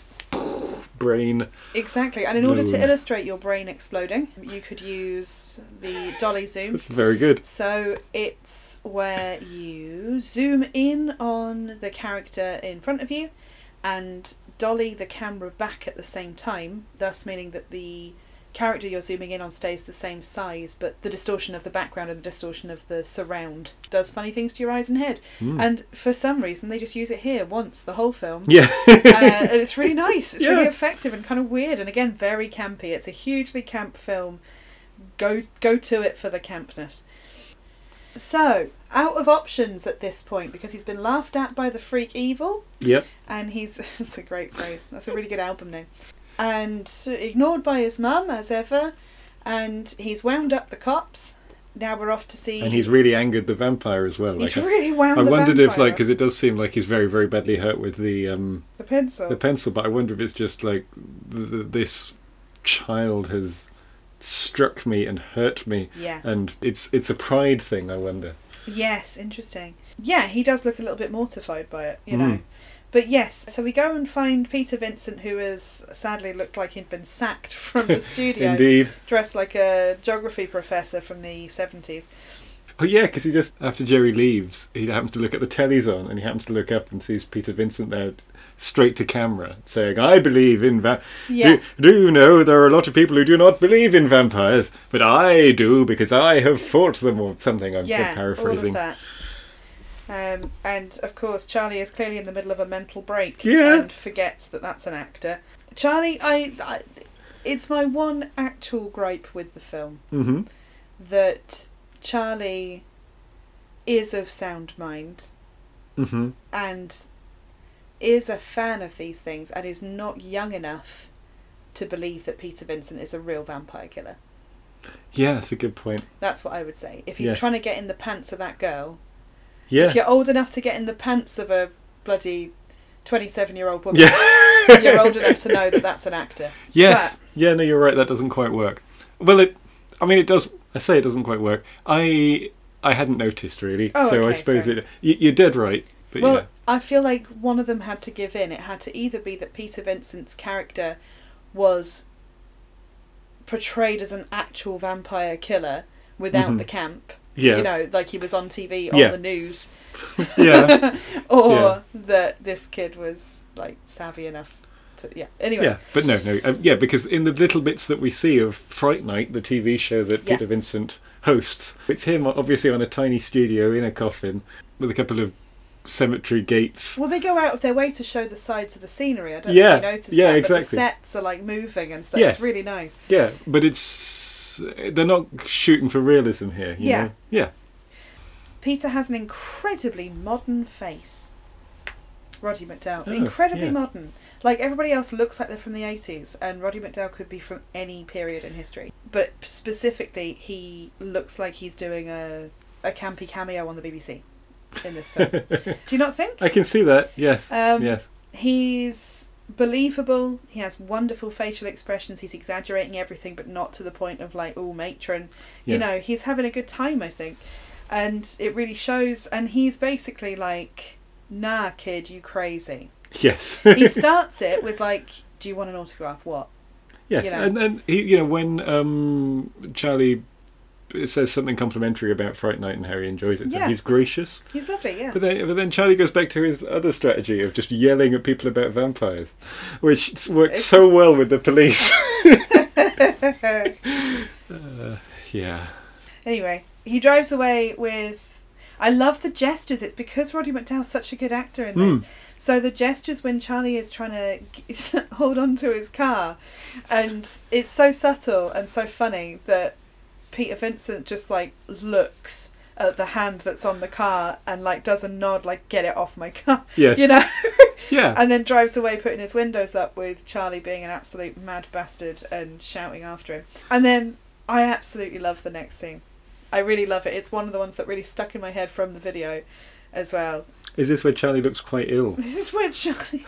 B: Brain.
A: Exactly, and in order to
B: Boom.
A: illustrate your brain exploding, you could use the dolly zoom.
B: That's very good.
A: So it's where you zoom in on the character in front of you and dolly the camera back at the same time, thus meaning that the character you're zooming in on stays the same size, but the distortion of the background and the distortion of the surround does funny things to your eyes and head.
B: Mm.
A: And for some reason, they just use it here once, the whole film
B: yeah.
A: uh, and it's really nice. It's really
B: Yeah.
A: effective and kind of weird, and again, very campy. It's a hugely camp film. Go go to it for the campness. So, out of options at this point because he's been laughed at by the freak evil,
B: yep.
A: and he's it's a great phrase. That's a really good album name. And ignored by his mum as ever, and he's wound up the cops. Now we're off to see.
B: And he's really angered the vampire as well.
A: he's
B: Like, I-
A: really wound.
B: I
A: the
B: wondered if,
A: vampire
B: like,
A: up.
B: because it does seem like he's very, very badly hurt with the um,
A: the pencil.
B: the pencil, but I wonder if it's just like th- th- this child has struck me and hurt me,
A: yeah.
B: and it's it's a pride thing. I wonder.
A: Yes, interesting. Yeah, he does look a little bit mortified by it, you know.
B: Mm.
A: But yes, so we go and find Peter Vincent, who has sadly looked like he'd been sacked from the studio,
B: Indeed.
A: dressed like a geography professor from the 70s.
B: Oh yeah, because he just after Jerry leaves, he happens to look at the telly's on, and he happens to look up and sees Peter Vincent there, straight to camera, saying, "I believe in va-
A: Yeah.
B: do, do you know there are a lot of people who do not believe in vampires, but I do because I have fought them or something." I'm
A: yeah,
B: paraphrasing.
A: all of that. Um, and of course, Charlie is clearly in the middle of a mental break
B: Yeah.
A: and forgets that that's an actor. Charlie, I, I, it's my one actual gripe with the film
B: Mm-hmm.
A: that Charlie is of sound mind
B: Mm-hmm.
A: and is a fan of these things and is not young enough to believe that Peter Vincent is a real vampire killer.
B: Yeah, that's a good point.
A: That's what I would say. If he's
B: Yes.
A: trying to get in the pants of that girl,
B: Yeah.
A: if you're old enough to get in the pants of a bloody 27 year old woman,
B: Yeah.
A: you're old enough to know that that's an actor.
B: Yes. Yeah, no, you're right. That doesn't quite work. Well, it. I mean, it does. I say it doesn't quite work. I I hadn't noticed really.
A: Oh,
B: so I
A: okay,
B: suppose
A: fair.
B: it. You, you're dead right. But
A: well,
B: yeah.
A: I feel like one of them had to give in. It had to either be that Peter Vincent's character was portrayed as an actual vampire killer without
B: Mhm.
A: the camp.
B: Yeah.
A: You know, like he was on TV, on
B: Yeah.
A: the news,
B: yeah.
A: or
B: Yeah.
A: that this kid was like savvy enough to. Yeah. Anyway.
B: Yeah. But no, no. Um, yeah, because in the little bits that we see of Fright Night, the TV show that
A: Yeah.
B: Peter Vincent hosts, it's him obviously on a tiny studio in a coffin with a couple of cemetery gates.
A: Well, they go out of their way to show the sides of the scenery. I don't
B: Yeah,
A: know if you noticed
B: yeah,
A: that, but the
B: exactly.
A: sets are like moving and stuff.
B: Yes.
A: It's really nice.
B: Yeah, but it's they're not shooting for realism here. You
A: Yeah.
B: Know? Yeah.
A: Peter has an incredibly modern face. Roddy McDowell.
B: Oh,
A: incredibly
B: yeah.
A: modern. Like everybody else looks like they're from the 80s, and Roddy McDowell could be from any period in history. But specifically, he looks like he's doing a, a campy cameo on the BBC in this film. Do you not think?
B: I can see that. Yes.
A: Um,
B: yes.
A: He's believable. He has wonderful facial expressions. He's exaggerating everything, but not to the point of like, oh, matron.
B: Yeah.
A: You know, he's having a good time, I think. And it really shows. And he's basically like, nah, kid, you crazy.
B: Yes.
A: He starts it with like, do you want an autograph? What?
B: Yes,
A: you know.
B: and then he, you know when um, Charlie says something complimentary about Fright Night and how he enjoys it, so
A: Yeah.
B: he's gracious.
A: He's lovely, yeah.
B: But then, but then Charlie goes back to his other strategy of just yelling at people about vampires, which s- worked
A: It's-
B: so well with the police. yeah,
A: anyway, he drives away with. I love the gestures. It's because Roddy McDowell's such a good actor in this.
B: Mm.
A: So the gestures when Charlie is trying to g- hold on to his car, and it's so subtle and so funny that Peter Vincent just like looks at the hand that's on the car and like does a nod like get it off my car,
B: yes,
A: you know,
B: yeah,
A: and then drives away putting his windows up with Charlie being an absolute mad bastard and shouting after him. And then I absolutely love the next scene. I really love it. It's one of the ones that really stuck in my head from the video as well.
B: Is this where Charlie looks quite ill?
A: This is where Charlie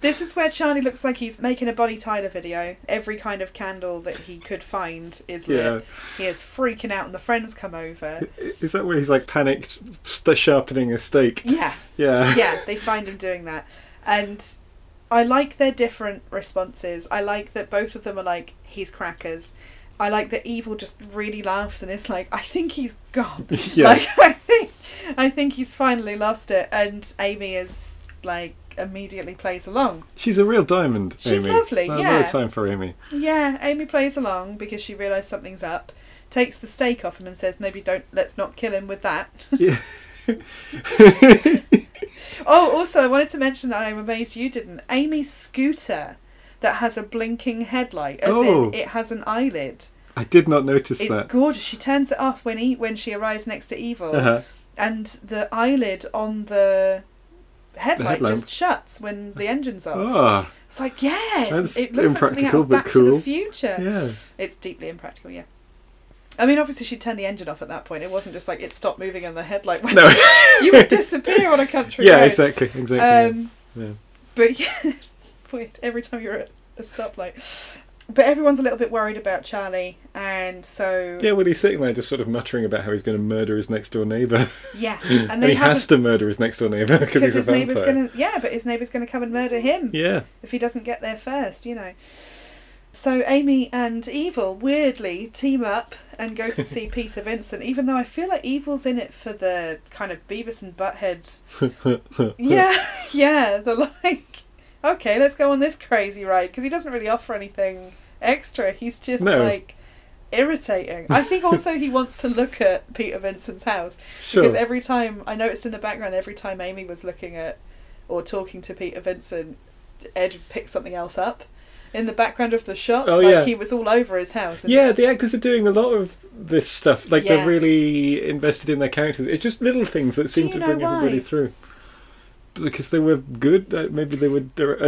A: This is where Charlie looks like he's making a Bonnie Tyler video. Every kind of candle that he could find is lit.
B: Yeah,
A: He is freaking out and the friends come over.
B: is that where he's like panicked, st- sharpening a stake?
A: Yeah.
B: Yeah,
A: yeah, they find him doing that. And I like their different responses. I like that both of them are like, he's crackers. I like that evil just really laughs and is like, I think he's gone.
B: Yeah.
A: Like I think I think he's finally lost it and Amy is like immediately plays along.
B: she's a real diamond.
A: She's
B: Amy.
A: lovely,
B: Another
A: yeah.
B: time for Amy.
A: Yeah, Amy plays along because she realised something's up, takes the stake off him and says, Maybe don't let's not kill him with that.
B: Yeah.
A: Oh, also, I wanted to mention that I'm amazed you didn't. Amy's scooter that has a blinking headlight, as
B: Oh.
A: in it has an eyelid.
B: I did not notice
A: It's
B: that.
A: gorgeous. She turns it off when he, when she arrives next to Evil,
B: Uh-huh.
A: and the eyelid on the headlight
B: headlamp.
A: just shuts when the engine's off.
B: Ah,
A: It's like, yes,
B: That's
A: it looks like something out
B: impractical,
A: of
B: but
A: Back to
B: cool.
A: the Future.
B: yeah.
A: It's deeply impractical, yeah. I mean, obviously, she turned the engine off at that point. It wasn't just like it stopped moving and the headlight went.
B: No.
A: you would disappear on a country
B: yeah,
A: road.
B: exactly, exactly. yeah.
A: Um,
B: Yeah.
A: But yeah, weird. Every time you're at a stoplight. But everyone's a little bit worried about Charlie, and so
B: yeah, well, he's sitting there just sort of muttering about how he's going to murder his next door neighbour.
A: yeah,
B: And,
A: and they
B: he has
A: haven't
B: to murder his next door neighbour because
A: because
B: he's a
A: his neighbour's
B: vampire.
A: gonna yeah, but his neighbour's gonna come and murder him
B: Yeah,
A: if he doesn't get there first, you know. So Amy and Evil weirdly team up and go to see Peter Vincent, even though I feel like Evil's in it for the kind of Beavis and Butthead. yeah, yeah. They're like, okay, let's go on this crazy ride because he doesn't really offer anything extra. He's just
B: No.
A: like irritating. I think also he wants to look at Peter Vincent's house
B: sure.
A: because every time I noticed in the background, every time Amy was looking at or talking to Peter Vincent, Ed picked something else up in the background of the shot.
B: Oh,
A: like
B: yeah.
A: he was all over his house. And
B: yeah, the actors are doing a lot of this stuff. Like
A: Yeah.
B: they're really invested in their characters. It's just little things that seem
A: you
B: to
A: know
B: bring
A: why?
B: everybody through. Because they were good. Uh, maybe they would.
A: Be-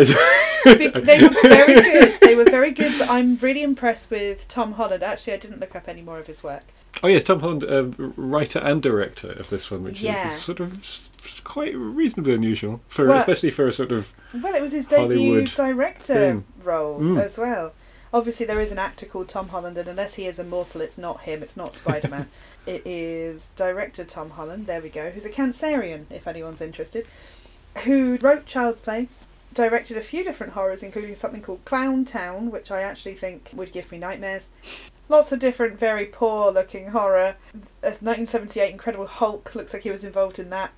A: they were very good. They were very good. But I'm really impressed with Tom Holland. Actually, I didn't look up any more of his work.
B: Oh yes, Tom Holland, uh, writer and director of this one, which
A: Yeah.
B: is sort of s- s- quite reasonably unusual for,
A: Well-
B: especially for a sort of
A: Well, it was his debut
B: Hollywood
A: director
B: thing.
A: role
B: Mm.
A: as well. Obviously, there is an actor called Tom Holland, and unless he is immortal, it's not him. It's not Spider Man. it is director Tom Holland. There we go. Who's a Cancerian, if anyone's interested, who wrote Child's Play. Directed a few different horrors, including something called Clown Town, which I actually think would give me nightmares. Lots of different, very poor looking horror. A 1978 Incredible Hulk looks like he was involved in that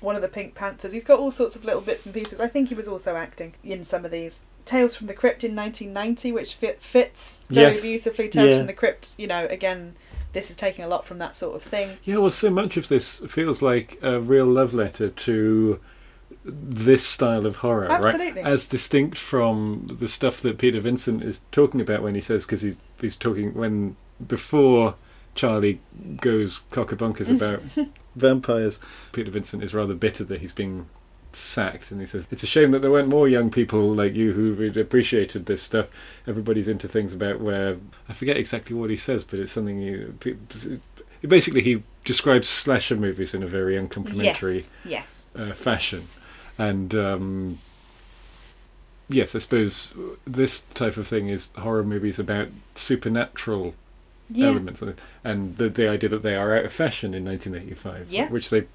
A: one of the Pink Panthers. He's got all sorts of little bits and pieces. I think he was also acting in some of these. Tales from the Crypt in 1990, which fit, fits very
B: Yes.
A: beautifully. Tales
B: Yeah.
A: from the Crypt, you know, again, this is taking a lot from that sort of thing.
B: yeah. Well, so much of this feels like a real love letter to this style of horror,
A: Absolutely.
B: right? As distinct from the stuff that Peter Vincent is talking about when he says because he's he's talking when before Charlie goes cockabunkers about vampires. Peter Vincent is rather bitter that he's being sacked and he says it's a shame that there weren't more young people like you who really appreciated this stuff everybody's into things about where i forget exactly what he says but it's something he basically he describes slasher movies in a very uncomplimentary
A: Yes, yes.
B: uh, fashion. And um, yes, I suppose this type of thing is horror movies about supernatural
A: Yeah.
B: elements and- and the, the idea that they are out of fashion in 1985,
A: Yeah.
B: which they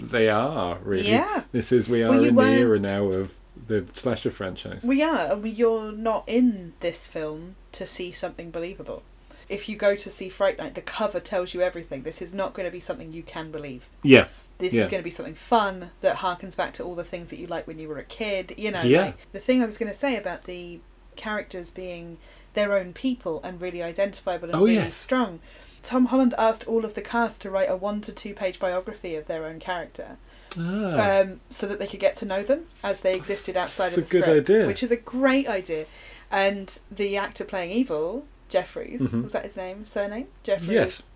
B: they are really.
A: Yeah.
B: This is we are
A: Well, you
B: in the
A: weren't-
B: era now of the slasher franchise.
A: We are, and we- you're not in this film to see something believable. If you go to see Fright Night, the cover tells you everything. This is not going to be something you can believe.
B: yeah,
A: This is
B: Yeah.
A: going to be something fun that harkens back to all the things that you liked when you were a kid. You know,
B: Yeah.
A: like, the thing I was going to say about the characters being their own people and really identifiable and
B: Oh,
A: really
B: yes.
A: strong. Tom Holland asked all of the cast to write a one to two page biography of their own character
B: ah,
A: um, so that they could get to know them as they existed outside of the
B: That's a good
A: script,
B: idea.
A: which is a great idea. And the actor playing evil, Jeffries,
B: Mhm.
A: was that his name, surname? Jeffries.
B: Yes.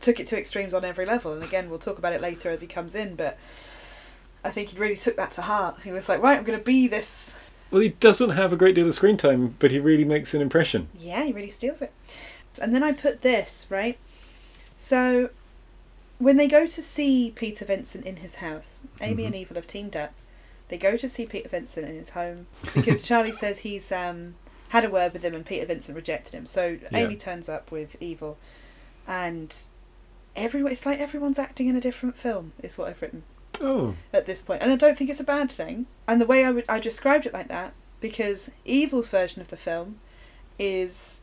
A: Took it to extremes on every level, and again, we'll talk about it later as he comes in. But I think he really took that to heart. He was like, "Right, I'm going to be this."
B: well, he doesn't have a great deal of screen time, but he really makes an impression.
A: Yeah, he really steals it. And then I put this right. So when they go to see Peter Vincent in his house, Amy
B: Mhm.
A: and Evil have teamed up. They go to see Peter Vincent in his home because Charlie says he's um, had a word with him and Peter Vincent rejected him. So Amy
B: Yeah.
A: turns up with Evil, and everyone it's like everyone's acting in a different film is what I've written
B: Oh,
A: at this point, and I don't think it's a bad thing. And the way I would I described it like that because Evil's version of the film is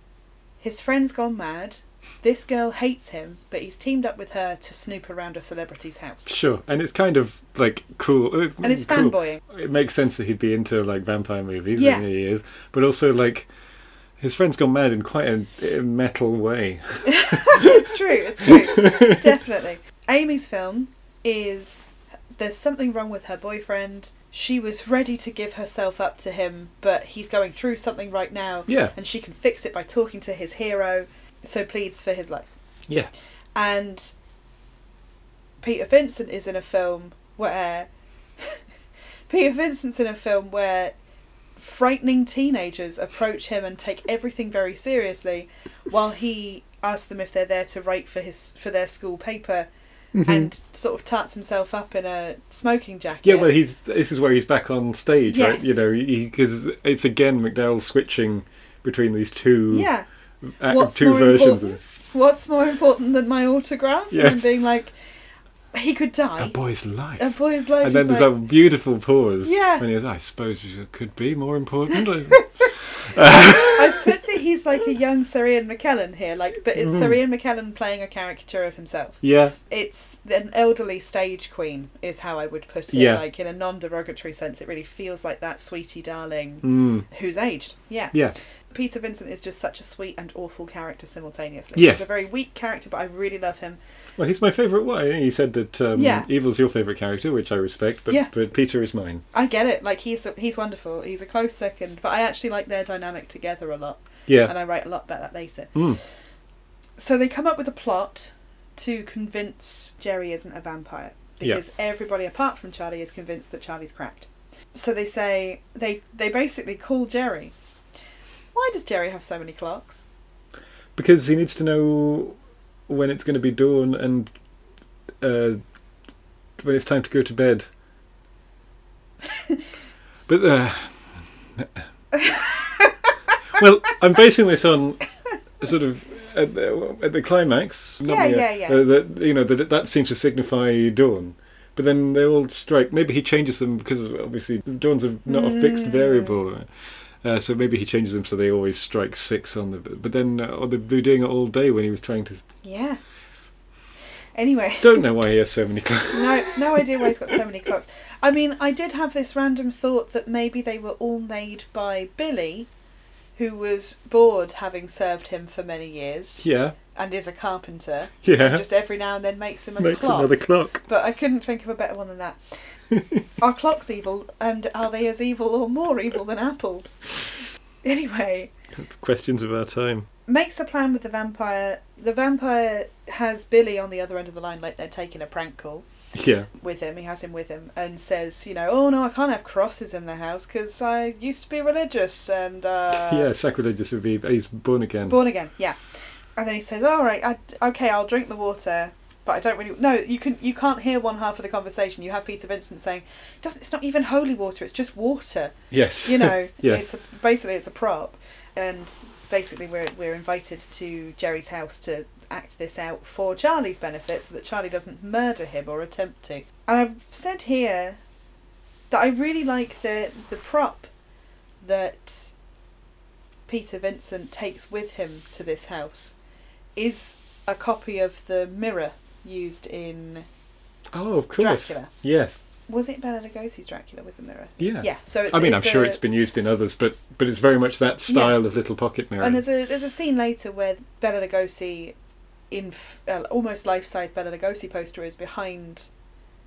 A: his friend's gone mad. This girl hates him, but he's teamed up with her to snoop around a celebrity's house.
B: sure. And it's kind of like cool.
A: And it's
B: cool.
A: fanboying.
B: it makes sense that he'd be into like vampire movies
A: Yeah.
B: yeah. he is but also like his friend's gone mad in quite a, a metal way
A: it's true, it's true. Definitely. Amy's film is there's something wrong with her boyfriend. She was ready to give herself up to him, but he's going through something right now,
B: yeah
A: and she can fix it by talking to his hero, so pleads for his life.
B: yeah
A: and Peter Vincent is in a film where Peter Vincent's in a film where frightening teenagers approach him and take everything very seriously while he asks them if they're there to write for his for their school paper
B: Mm-hmm.
A: and sort of tarts himself up in a smoking jacket.
B: yeah well he's this is where he's back on stage right
A: Yes.
B: you know because it's again mcdowell switching between these two
A: yeah.
B: uh,
A: What's
B: two
A: more
B: versions
A: important?
B: of
A: What's more important than my autograph? And
B: Yes.
A: being like he could
B: a
A: die.
B: boy's life
A: A boy's life
B: and then
A: is
B: there's
A: like,
B: that beautiful pause
A: Yeah.
B: when he goes, I suppose it could be more important.
A: I've put that he's like a young Sir Ian McKellen here, like, but
B: Mm.
A: it's Sir Ian McKellen playing a caricature of himself.
B: yeah,
A: It's an elderly stage queen, is how I would put it.
B: Yeah.
A: Like in a non-derogatory sense, it really feels like that sweetie darling
B: mm,
A: who's aged. Yeah.
B: yeah,
A: Peter Vincent is just such a sweet and awful character simultaneously.
B: Yes.
A: He's a very weak character, but I really love him.
B: Well, he's my favourite one. You said that um,
A: Yeah.
B: Evil's your favourite character, which I respect, but,
A: Yeah.
B: but Peter is mine.
A: I get it. Like he's he's wonderful. He's a close second, but I actually like their dynamic together a lot,
B: Yeah.
A: and I write a lot about that later.
B: Mm.
A: So they come up with a plot to convince Jerry isn't a vampire
B: Yeah.
A: because everybody apart from Charlie is convinced that Charlie's cracked. So they say they they basically call Jerry. Why does Jerry have so many clocks?
B: Because he needs to know when it's going to be dawn and uh, when it's time to go to bed. but uh, well, I'm basing this on a sort of at the, at the climax. not
A: Yeah,
B: the-
A: yeah, yeah.
B: uh, that you know that that seems to signify dawn. But then they all strike. Maybe he changes them because obviously dawn's a, not a fixed
A: Mm.
B: variable. Uh, so maybe he changes them so they always strike six on the. But then uh, they were doing it all day when he was trying to.
A: Yeah. Anyway,
B: Don't know why he has so many clocks.
A: no no idea why he's got so many clocks. I mean, I did have this random thought that maybe they were all made by Billy, who was bored having served him for many years
B: Yeah,
A: and is a carpenter.
B: yeah.
A: Just every now and then makes him a
B: Makes
A: clock.
B: another clock.
A: But I couldn't think of a better one than that. are clocks evil, and are they as evil or more evil than apples? Anyway,
B: Questions of our time.
A: makes a plan with the vampire. The vampire has Billy on the other end of the line, like they're taking a prank call
B: Yeah,
A: with him. He has him with him and says, you know, oh no, I can't have crosses in the house because I used to be religious and uh,
B: yeah. Sacrilegious would be. He's born again.
A: born again. Yeah. And then he says, all right, I, okay, I'll drink the water. But I don't really. No, you can. You can't hear one half of the conversation. You have Peter Vincent saying, "It "Doesn't it's not even holy water. It's just water."
B: yes.
A: You know. It's
B: yes.
A: a, basically it's a prop, and basically we're we're invited to Jerry's house to act this out for Charlie's benefit, so that Charlie doesn't murder him or attempt to. And I've said here that I really like the the prop that Peter Vincent takes with him to this house is a copy of the mirror used in
B: oh, of course.
A: Dracula.
B: Yes.
A: was it Bela Lugosi's Dracula with the mirror?
B: Yeah.
A: Yeah. So it's,
B: I mean, I'm
A: it's
B: sure
A: a-
B: it's been used in others, but but it's very much that style of little pocket mirror.
A: And there's a there's a scene later where Bela Lugosi, in f- uh, almost life size Bela Lugosi poster is behind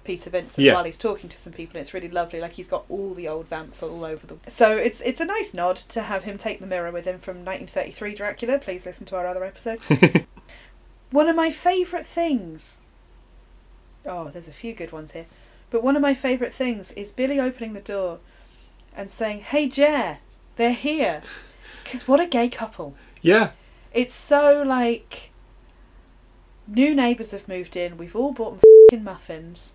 A: Peter Vincent
B: Yeah.
A: while he's talking to some people. It's really lovely. Like he's got all the old vamps all over the. So it's it's a nice nod to have him take the mirror with him from 1933 Dracula. Please listen to our other episode. one of my favourite things. Oh, there's a few good ones here, but one of my favourite things is Billy opening the door, and saying, "Hey, Jer, they're here." Because what a gay couple.
B: yeah,
A: It's so like new neighbours have moved in. We've all bought fing muffins.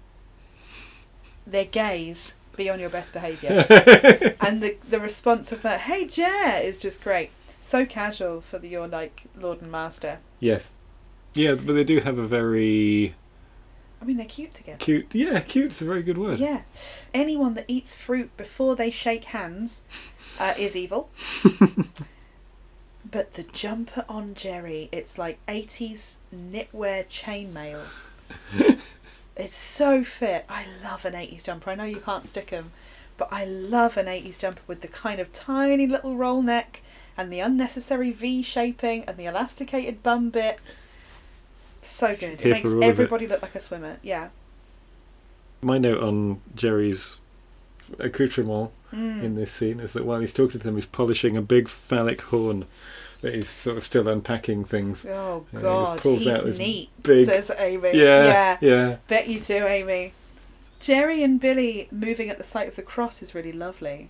A: They're gays. Be on your best behaviour. and the the response of that, "Hey Jer," is just great. So casual for the your like lord and master.
B: yes, yeah. But they do have a very
A: I mean, they're cute together.
B: cute. Yeah, cute's a very good word.
A: Yeah. Anyone that eats fruit before they shake hands uh, is evil. but the jumper on Jerry, it's like 80s knitwear chainmail. it's so fit. I love an 80s jumper. I know you can't stick 'em, but I love an 80s jumper with the kind of tiny little roll neck and the unnecessary V shaping and the elasticated bum bit. So good.
B: Here
A: it makes
B: for all of it.
A: everybody look like a swimmer. Yeah.
B: My note on Jerry's accoutrement
A: Mm.
B: in this scene is that while he's talking to them, he's polishing a big phallic horn that he's sort of still unpacking things.
A: Oh
B: And he just
A: God,
B: pulls
A: he's
B: out this
A: neat,
B: big-
A: says Amy.
B: Yeah, yeah, yeah.
A: bet you do, Amy. Jerry and Billy moving at the sight of the cross is really lovely.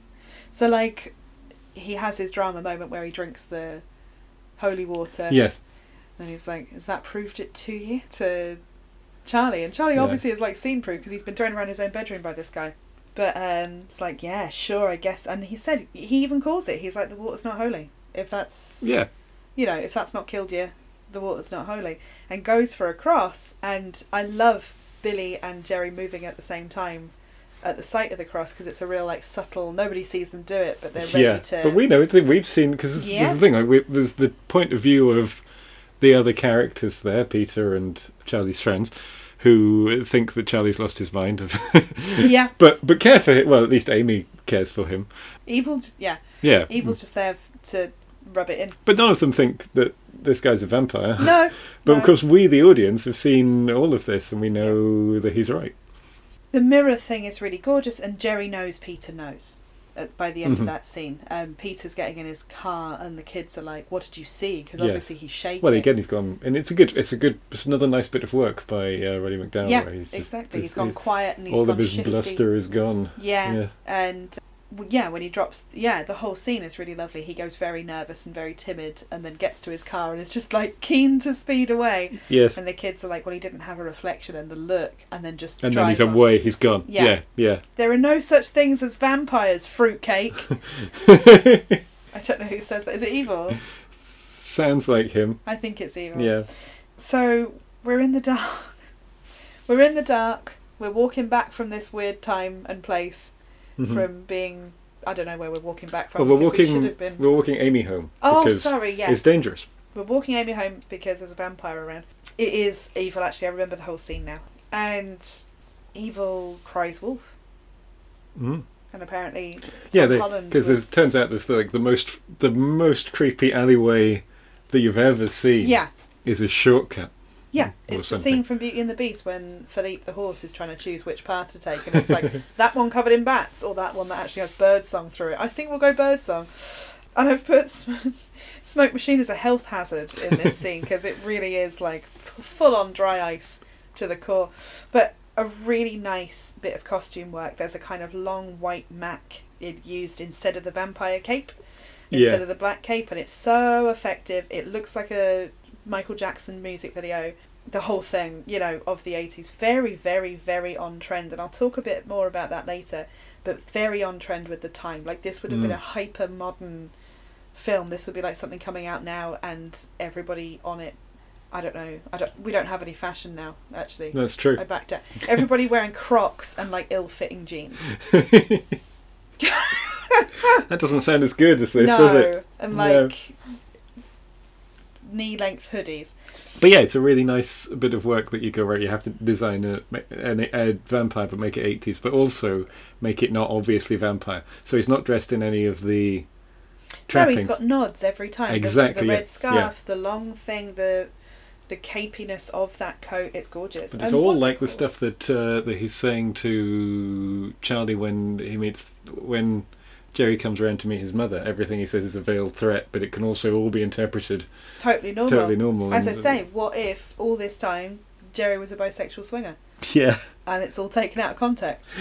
A: So like, he has his drama moment where he drinks the holy water,
B: Yes,
A: and he's like, "Has that proved it to you?" To Charlie, and Charlie
B: Yeah.
A: obviously is like scene proof because he's been thrown around his own bedroom by this guy. But um, it's like, yeah, sure, I guess. And he said he even calls it. He's like, "The water's not holy. If that's
B: yeah,
A: you know, if that's not killed you, the water's not holy, and goes for a cross. And I love Billy and Jerry moving at the same time at the sight of the cross because it's a real like subtle. Nobody sees them do it, but they're ready
B: yeah,
A: to.
B: but we know. I think we've seen because
A: Yeah.
B: the thing like, we, there's the point of view of the other characters there, Peter and Charlie's friends, who think that Charlie's lost his mind,
A: yeah,
B: but but care for him. Well, at least Amy cares for him.
A: evil. j- Yeah,
B: Yeah,
A: evil's just there f- to rub it in.
B: but none of them think that this guy's a vampire.
A: No,
B: But
A: no.
B: of course, we, the audience, have seen all of this, and we know that he's right.
A: the mirror thing is really gorgeous, and Jerry knows Peter knows. uh, By the end
B: Mm-hmm.
A: of that scene, um, Peter's getting in his car, and the kids are like, "What did you see?" Because
B: Yes.
A: obviously he's shaking.
B: Well, again, he's gone, and it's a good, it's a good, it's another nice bit of work by uh, Roddy McDowell.
A: yeah,
B: where he's just-
A: exactly.
B: he's-
A: He's gone
B: he's-
A: quiet, and he's
B: all
A: gone
B: of his
A: shifty.
B: bluster is gone.
A: Yeah,
B: Yeah.
A: and w- yeah, when he drops, yeah, the whole scene is really lovely. He goes very nervous and very timid, and then gets to his car and is just like keen to speed away.
B: Yes,
A: And the kids are like, "Well, he didn't have a reflection," and the look, and then just
B: and then
A: drive
B: he's
A: on.
B: away. He's gone.
A: Yeah.
B: Yeah, yeah.
A: There are no such things as vampires, fruitcake. I don't know who says that. Is it evil?
B: Sounds like him.
A: I think it's evil.
B: Yeah,
A: So we're in the dark. We're in the dark. We're walking back from this weird time and place
B: Mhm.
A: from being. I don't know where we're walking back from.
B: Well, we're
A: because we
B: walking.
A: should have been.
B: We're walking Amy home.
A: Oh,
B: because
A: sorry. Yes.
B: It's dangerous.
A: We're walking Amy home because there's a vampire around. It is evil, actually. I remember the whole scene now. And evil cries wolf.
B: Mm.
A: And apparently,
B: Yeah,
A: Holland
B: because
A: was-
B: it turns out there's like the most, the most creepy alleyway that you've ever seen.
A: yeah,
B: is a shortcut.
A: yeah.
B: Mm, Or
A: It's the
B: something.
A: scene from Beauty and the Beast when Philippe the horse is trying to choose which path to take. And it's like, that one covered in bats or that one that actually has birdsong through it. I think we'll go birdsong. And I've put sm- smoke machine as a health hazard in this scene because it really is like full on dry ice to the core. But a really nice bit of costume work. There's a kind of long white mac it used instead of the vampire cape, instead
B: Yeah.
A: of the black cape, and it's so effective. It looks like a Michael Jackson music video. The whole thing, you know, of the 80s. Very, very, very on trend. And I'll talk a bit more about that later, but very on trend with the time. Like, this would have been
B: Mm.
A: a hyper modern film. This would be like something coming out now, and everybody on it. I don't know. I don't. We don't have any fashion now, actually.
B: That's true.
A: I backed out. Everybody wearing Crocs and like ill-fitting jeans.
B: that doesn't sound as good as this, does it?
A: no, and like
B: No.
A: knee-length hoodies.
B: But yeah, it's a really nice bit of work that you go right. You have to design a, a, a vampire, but make it eighties, but also make it not obviously vampire. So he's not dressed in any of the
A: No,
B: trappings.
A: he's got nods every time. The- The,
B: Exactly, yeah,
A: red scarf, the long thing, the the capiness of that coat. It's gorgeous.
B: but it's
A: And
B: all
A: what's it
B: like the
A: called?
B: stuff that uh, that he's saying to Charlie when he meets when Jerry comes around to meet his mother. Everything he says is a veiled threat, but it can also all be interpreted
A: Totally normal.
B: totally normal.
A: Oh, As I
B: and-
A: say, what if all this time Jerry was a bisexual swinger?
B: yeah,
A: and it's all taken out of context.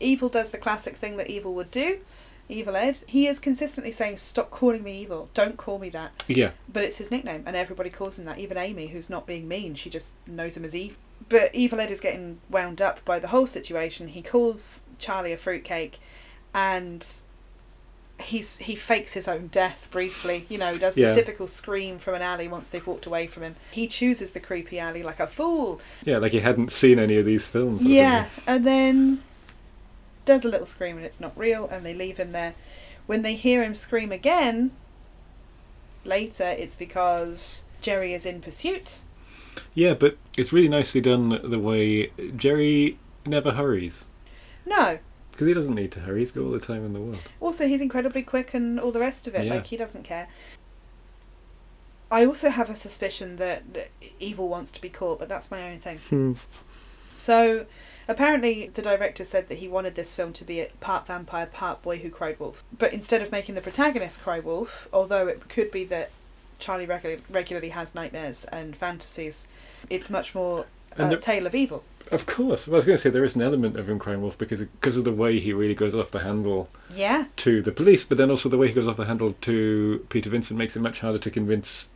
A: evil does the classic thing that evil would do. Evil Ed. He is consistently saying, "Stop calling me evil. Don't call me that."
B: yeah,
A: But it's his nickname, and everybody calls him that. Even Amy, who's not being mean, she just knows him as Eve. But Evil Ed is getting wound up by the whole situation. He calls Charlie a fruitcake, and he's he fakes his own death briefly. You know, does
B: Yeah.
A: the typical scream from an alley once they've walked away from him. He chooses the creepy alley like a fool,
B: yeah. Like he hadn't seen any of these films. or
A: yeah, and then does a little scream and it's not real, and they leave him there. When they hear him scream again later, it's because Jerry is in pursuit.
B: Yeah, but it's really nicely done the way Jerry never hurries
A: No.
B: because he doesn't need to hurry. He's got all the time in the world.
A: Also, he's incredibly quick and all the rest of it.
B: Yeah.
A: Like, he doesn't care. I also have a suspicion that that evil wants to be caught, but that's my own thing. So, apparently, the director said that he wanted this film to be a part vampire, part boy who cried wolf. But instead of making the protagonist cry wolf, although it could be that Charlie regu- regularly has nightmares and fantasies, it's much more a
B: And the-
A: tale of evil.
B: Of course, well, I was going to say there is an element of him crying wolf because because of the way he really goes off the handle
A: Yeah,
B: to the police, but then also the way he goes off the handle to Peter Vincent makes it much harder to convince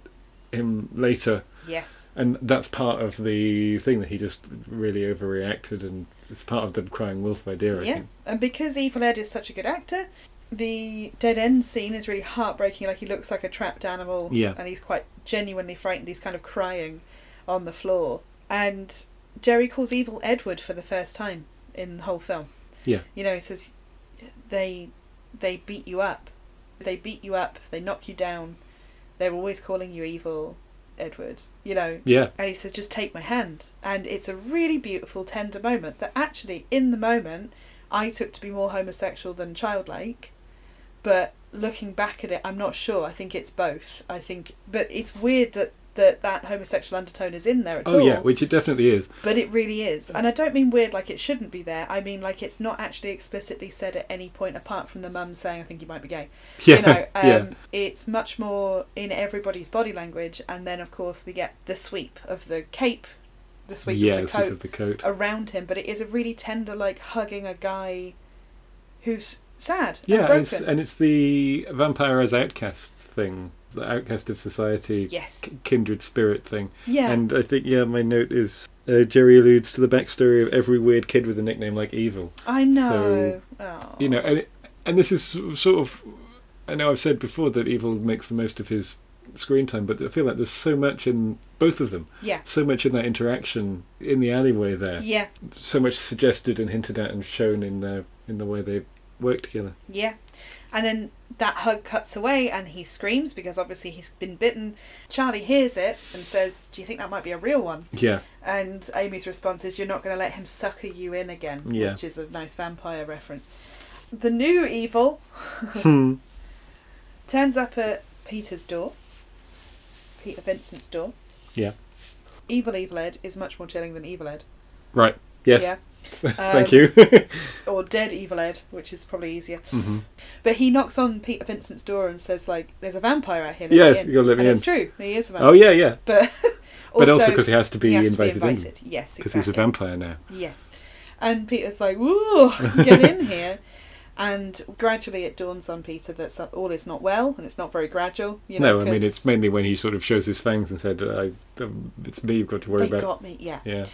B: him later,
A: yes.
B: and that's part of the thing that he just really overreacted, and it's part of the crying wolf idea. I
A: yeah.
B: think.
A: And because Evil Ed is such a good actor, the dead end scene is really heartbreaking. Like, he looks like a trapped animal.
B: Yeah.
A: And he's quite genuinely frightened. He's kind of crying on the floor. And Jerry calls Evil Edward for the first time in the whole film.
B: Yeah.
A: You know, he says they they beat you up. They beat you up, they knock you down. They're always calling you evil, Edward. You know,
B: Yeah.
A: and he says, "Just take my hand," and it's a really beautiful, tender moment that actually, in the moment, I took to be more homosexual than childlike, but looking back at it, I'm not sure. I think it's both. I think, but it's weird that that that homosexual undertone is in there at
B: Oh
A: all.
B: yeah, which it definitely is.
A: But it really is, and I don't mean weird like it shouldn't be there. I mean like it's not actually explicitly said at any point apart from the mum saying, "I think you might be gay."
B: Yeah.
A: you know um,
B: yeah.
A: it's much more in everybody's body language and then of course we get the sweep of the cape the sweep
B: yeah,
A: of the
B: the sweep
A: coat
B: of the coat.
A: around him but it is a really tender like hugging a guy who's sad and
B: Yeah, and it's,
A: broken
B: and it's the vampire as outcast thing, the outcast of society,
A: yes
B: kindred spirit thing.
A: yeah
B: And I think, yeah, my note is uh, Jerry alludes to the backstory of every weird kid with a nickname like Evil.
A: i know oh.
B: You know, and, it, and this is sort of. I know I've said before that Evil makes the most of his screen time, but I feel like there's so much in both of them,
A: yeah
B: so much in that interaction in the alleyway there,
A: yeah
B: so much suggested and hinted at and shown in their in the way they work together.
A: Yeah. And then that hug cuts away and he screams because obviously he's been bitten. Charlie hears it and says, Do you think that might be a real one?
B: Yeah,
A: And Amy's response is, You're not going to let him sucker you in again,
B: Yeah.
A: which is a nice vampire reference. The new evil
B: Hmm.
A: turns up at Peter's door, Peter Vincent's door.
B: Yeah.
A: Evil Evil Ed is much more chilling than Evil Ed.
B: right. Yes,
A: Yeah. Um,
B: thank you.
A: Or Dead Evil Ed, which is probably easier.
B: Mhm.
A: But he knocks on Peter Vincent's door and says, like, there's a vampire out here. let me
B: Yes,
A: in."
B: you got to let me
A: and
B: in.
A: it's true. He is a vampire.
B: Oh yeah, yeah.
A: But also,
B: but also because he has to be
A: he has
B: invited,
A: to be invited. Yes,
B: because
A: exactly.
B: he's a vampire now.
A: Yes, and Peter's like, "Woo, get in here." And gradually, it dawns on Peter that so- all is not well, and it's not very gradual. You know,
B: no, I mean
A: 'cause
B: it's mainly when he sort of shows his fangs and said, I, um, "It's me you've got to worry
A: they
B: about."
A: got me. Yeah,
B: Yeah,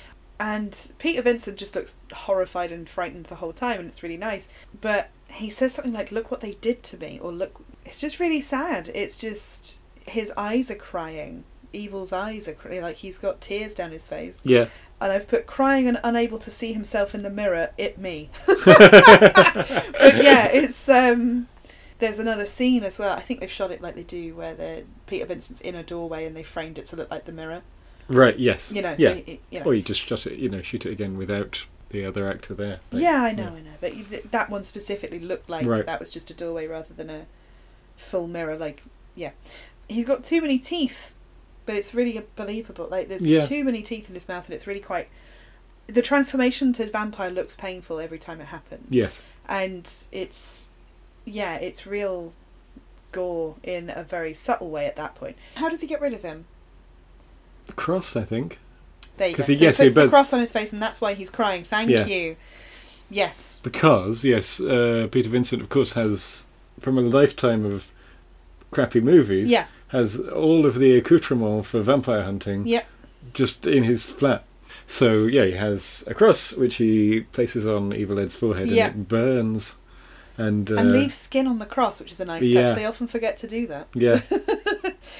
A: and Peter Vincent just looks horrified and frightened the whole time, and it's really nice. But he says something like, "Look what they did to me," or "Look." It's just really sad. It's just his eyes are crying. Evil's eyes are crying. Like he's got tears down his face.
B: yeah,
A: and I've put crying and unable to see himself in the mirror, it me. but yeah, it's um there's another scene as well. I think they've shot it like they do where the Peter Vincent's in a doorway and they framed it to look like the mirror.
B: right. Yes,
A: You know, so
B: yeah. Oh,
A: you, you know.
B: Or you just shut it, you know, shoot it again without the other actor there. Like,
A: yeah, I know, I know. But you- th- that one specifically looked like
B: Right.
A: that was just a doorway rather than a full mirror like yeah. He's got too many teeth. But it's really believable. Like there's
B: Yeah.
A: too many teeth in his mouth and it's really quite the transformation to vampire looks painful every time it happens.
B: Yes.
A: and it's yeah it's real gore in a very subtle way at that point how does he get rid of him
B: The cross, I think.
A: there you go
B: 'Cause
A: so
B: he-
A: he,
B: yes, he
A: puts the
B: bur-
A: cross on his face and that's why he's crying thank
B: Yeah.
A: you yes
B: Because yes, uh, Peter Vincent, of course, has from a lifetime of crappy movies,
A: yeah
B: has all of the accoutrement for vampire hunting.
A: Yep.
B: Just in his flat. So yeah, he has a cross which he places on Evil Ed's forehead
A: Yeah.
B: and it burns. And, uh,
A: and leave skin on the cross which is a nice
B: yeah.
A: touch they often forget to do that
B: Yeah.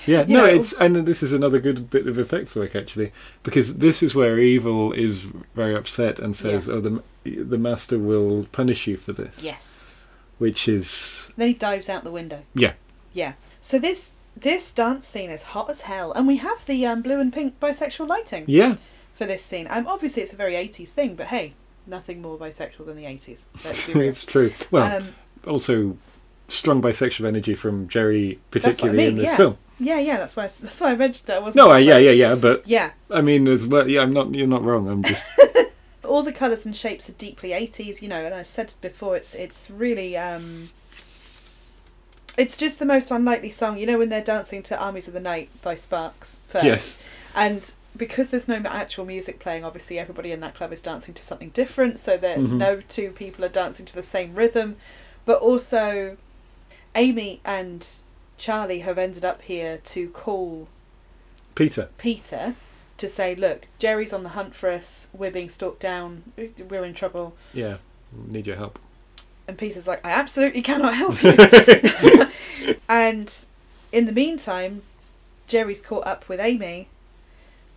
B: Yeah,
A: You
B: no,
A: know-
B: it's and this is another good bit of effects work actually, because this is where evil is very upset and says, "Oh, the the master will punish you for this,"
A: yes
B: which is
A: then he dives out the window
B: Yeah.
A: yeah so this this dance scene is hot as hell and we have the um, blue and pink bisexual lighting
B: yeah,
A: for this scene um, obviously it's a very 80s thing but hey nothing more bisexual than the 80s let's be real
B: it's true. Well,
A: um,
B: also strong bisexual energy from Jerry,
A: what I
B: particularly in
A: mean,
B: this
A: yeah.
B: film.
A: Yeah, yeah, that's why I, s- that's why I mentioned that. I wasn't
B: No,
A: just
B: I,
A: like-
B: yeah, yeah, yeah, but
A: yeah.
B: I mean, as well, yeah, I'm not. You're not wrong. I'm just
A: All the colours and shapes are deeply eighties, you know. And I've said it before, it's it's really um, it's just the most unlikely song, you know, when they're dancing to "Armies of the Night" by Sparks. First.
B: yes,
A: And because there's no actual music playing, obviously everybody in that club is dancing to something different, so that
B: Mhm.
A: no two people are dancing to the same rhythm. But also, Amy and Charlie have ended up here to call
B: Peter.
A: Peter to say, look, Jerry's on the hunt for us. We're being stalked down. We're in trouble.
B: Yeah, need your help.
A: And Peter's like, I absolutely cannot help you. and in the meantime, Jerry's caught up with Amy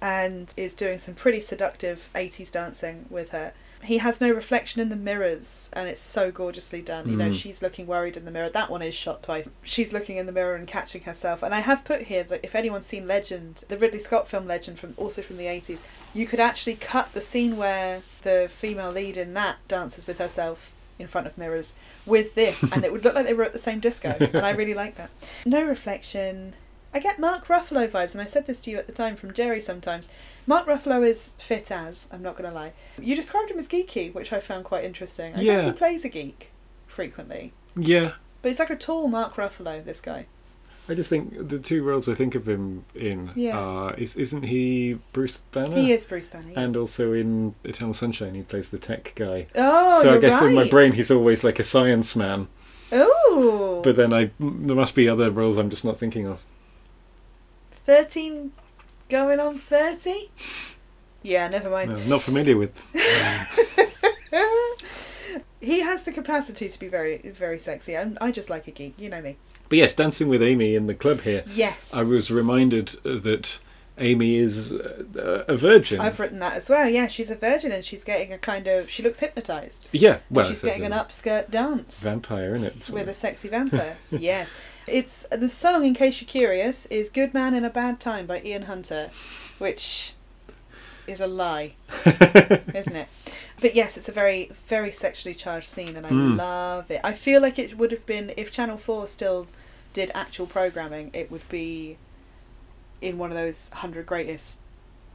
A: and is doing some pretty seductive 80s dancing with her. He has no reflection in the mirrors, and it's so gorgeously done. You know,
B: Mm.
A: she's looking worried in the mirror. That one is shot twice. She's looking in the mirror and catching herself. And I have put here that if anyone's seen Legend, the Ridley Scott film Legend, from also from the eighties, you could actually cut the scene where the female lead in that dances with herself in front of mirrors with this, and it would look like they were at the same disco. And I really like that. No reflection. I get Mark Ruffalo vibes, and I said this to you at the time from Jerry sometimes. Mark Ruffalo is fit as, I'm not going to lie. You described him as geeky, which I found quite interesting. I guess he
B: Yeah.
A: plays a geek frequently.
B: Yeah,
A: But he's like a tall Mark Ruffalo, this guy.
B: I just think the two roles I think of him in
A: Yeah.
B: are is isn't he Bruce Banner?
A: He is Bruce Banner. yeah.
B: And also in Eternal Sunshine, he plays the tech guy.
A: oh,
B: so
A: you're
B: I guess
A: right.
B: in my brain, he's always like a science man.
A: Oh,
B: But then I there must be other roles I'm just not thinking of.
A: 13 going on 30? Yeah, never mind.
B: No, not familiar with.
A: he has the capacity to be very, very sexy. i I just like a geek. You know me.
B: But yes, Dancing with Amy in the club here.
A: Yes.
B: I was reminded that Amy is uh, a virgin.
A: I've written that as well. Yeah, she's a virgin and she's getting a kind of. She looks hypnotized.
B: yeah, well,
A: she's
B: it's a
A: getting an upskirt dance
B: vampire in it.
A: with a sexy vampire. yes, it's the song. In case you're curious, is "Good Man in a Bad Time" by Ian Hunter, which is a lie, isn't it? But yes, it's a very, very sexually charged scene, and I
B: Mm.
A: love it. I feel like it would have been if Channel Four still did actual programming, it would be in one of those hundred greatest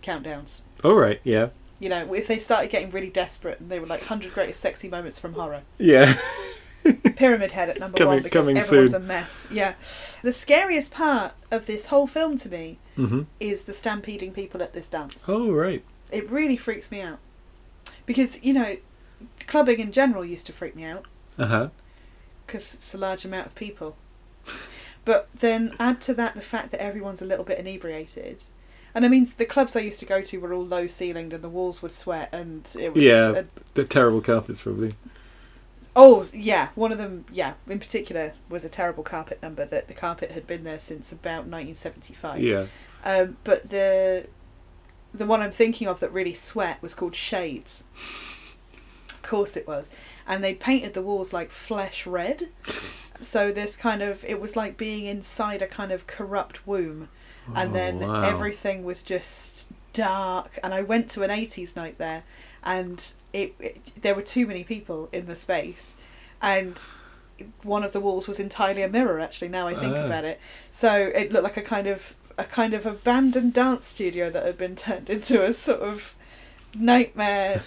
A: countdowns.
B: All right, yeah,
A: You know, if they started getting really desperate and they were like 100 greatest sexy moments from horror.
B: yeah.
A: Pyramid Head at number
B: Coming-
A: one because
B: coming
A: everyone's
B: soon.
A: a mess. Yeah. The scariest part of this whole film to me
B: hmm
A: is the stampeding people at this dance.
B: Oh right,
A: It really freaks me out. Because, you know, clubbing in general used to freak me out
B: uh huh.
A: because it's a large amount of people. But then add to that the fact that everyone's a little bit inebriated. And I mean, the clubs I used to go to were all low ceilinged and the walls would sweat and it was
B: Yeah.
A: a
B: The terrible carpets probably.
A: Oh yeah, one of them. Yeah, in particular was a terrible carpet number that the carpet had been there since about 1975.
B: Yeah.
A: Um, but the the one I'm thinking of that really sweat was called Shades. Of course it was, and they painted the walls like flesh red. So this kind of it was like being inside a kind of corrupt womb, and
B: Oh,
A: then
B: wow.
A: everything was just dark. And I went to an 80s night there, and it, it there were too many people in the space, and one of the walls was entirely a mirror. Actually, now I think
B: Ah.
A: about it, so it looked like a kind of a kind of abandoned dance studio that had been turned into a sort of nightmare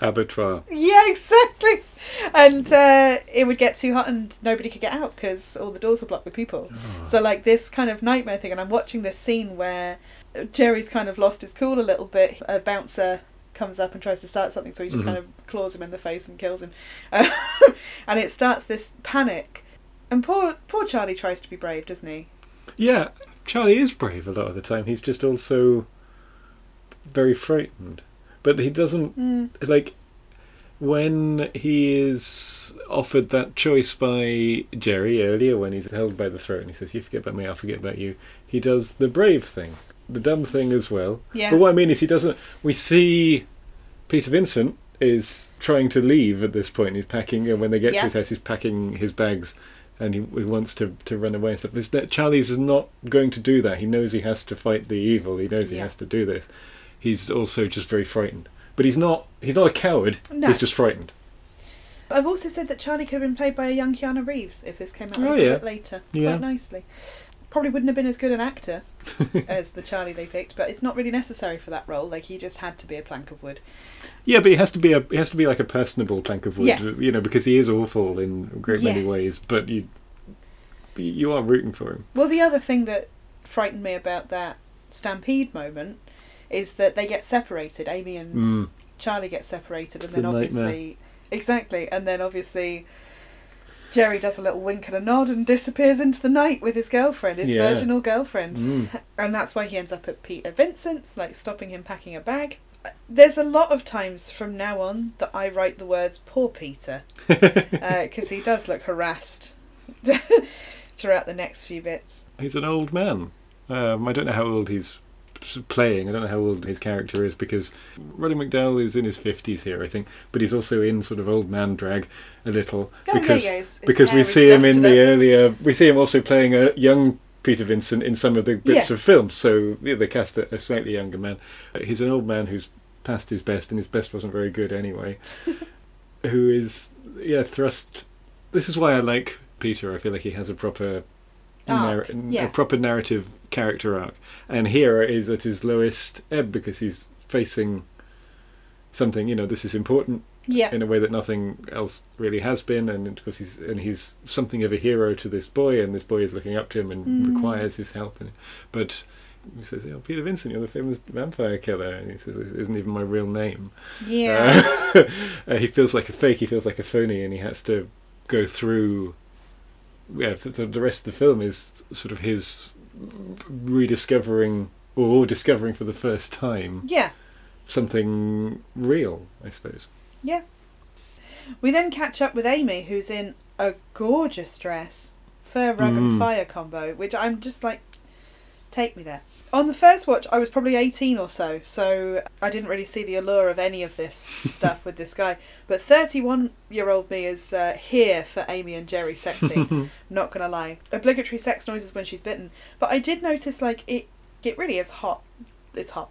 B: abattoir.
A: yeah, exactly. And uh, it would get too hot, and nobody could get out because all the doors were blocked with people. So like this kind of nightmare thing, and I'm watching this scene where Jerry's kind of lost his cool a little bit. A bouncer comes up and tries to start something, so he just
B: Mhm.
A: kind of claws him in the face and kills him. and it starts this panic. And poor poor Charlie tries to be brave, doesn't he?
B: Yeah, Charlie is brave a lot of the time. He's just also very frightened. But he doesn't
A: Mm.
B: like when he is offered that choice by Jerry earlier when he's held by the throat and he says, You forget about me, I'll forget about you he does the brave thing. The dumb thing as well.
A: Yeah.
B: But what I mean is he doesn't we see Peter Vincent is trying to leave at this point. He's packing and when they get
A: Yeah.
B: to his house he's packing his bags and he, he wants to, to run away and stuff. This that Charlie's not going to do that. He knows he has to fight the evil. He knows he
A: Yeah.
B: has to do this. He's also just very frightened. But he's not he's not a coward.
A: No.
B: He's just frightened.
A: I've also said that Charlie could have been played by a young Keanu Reeves if this came out a
B: Oh,
A: little
B: yeah.
A: bit later,
B: Yeah.
A: quite nicely. Probably wouldn't have been as good an actor as the Charlie they picked, but it's not really necessary for that role. Like he just had to be a plank of wood.
B: Yeah, but he has to be a he has to be like a personable plank of wood,
A: Yes.
B: you know, because he is awful in a great many
A: Yes.
B: ways. But you you are rooting for him.
A: Well, the other thing that frightened me about that stampede moment is that they get separated. Amy and
B: Mm.
A: Charlie get separated, and
B: It's the
A: then obviously exactly, and then obviously. Jerry does a little wink and a nod and disappears into the night with his girlfriend, his
B: Yeah.
A: virginal girlfriend.
B: Mm.
A: and that's why he ends up at Peter Vincent's, like stopping him packing a bag. Uh, There's a lot of times from now on that I write the words "poor Peter" because he does look harassed throughout the next few bits.
B: He's an old man. Um, I don't know how old he's playing. I don't know how old his character is because Roddy McDowell is in his fifties here, I think, but he's also in sort of old man drag a little
A: Oh, yeah,
B: because
A: yeah, his- his
B: because we
A: hair is
B: see him in
A: dusted
B: the
A: up.
B: earlier. We see him also playing a young Peter Vincent in some of the bits
A: Yes.
B: of films. So yeah, they cast a, a slightly younger man. Uh, He's an old man who's past his best, and his best wasn't very good anyway. who is yeah thrust? This is why I like Peter. I feel like he has a proper
A: Arc,
B: narr-
A: yeah.
B: a proper narrative character arc. And here is at his lowest ebb because he's facing something. You know, this is important
A: Yeah.
B: in a way that nothing else really has been. And of course, he's and he's something of a hero to this boy, and this boy is looking up to him and
A: Mm.
B: requires his help. And but he says, "Oh, Peter Vincent, you're the famous vampire killer." And he says, "This isn't even my real name."
A: Yeah.
B: Uh, uh, he feels like a fake. He feels like a phony, and he has to go through. Yeah, the, the- the rest of the film is sort of his rediscovering or discovering for the first time
A: yeah.
B: something real, I suppose.
A: We then catch up with Amy, who's in a gorgeous dress, fur rug and
B: Mm.
A: fire combo, which I'm just like, take me there. On the first watch, I was probably 18 or so, so I didn't really see the allure of any of this stuff with this guy. But 31 year old me is uh, here for Amy and Jerry sexy. not gonna lie. Obligatory sex noises when she's bitten, but I did notice like it. It really is hot. It's hot,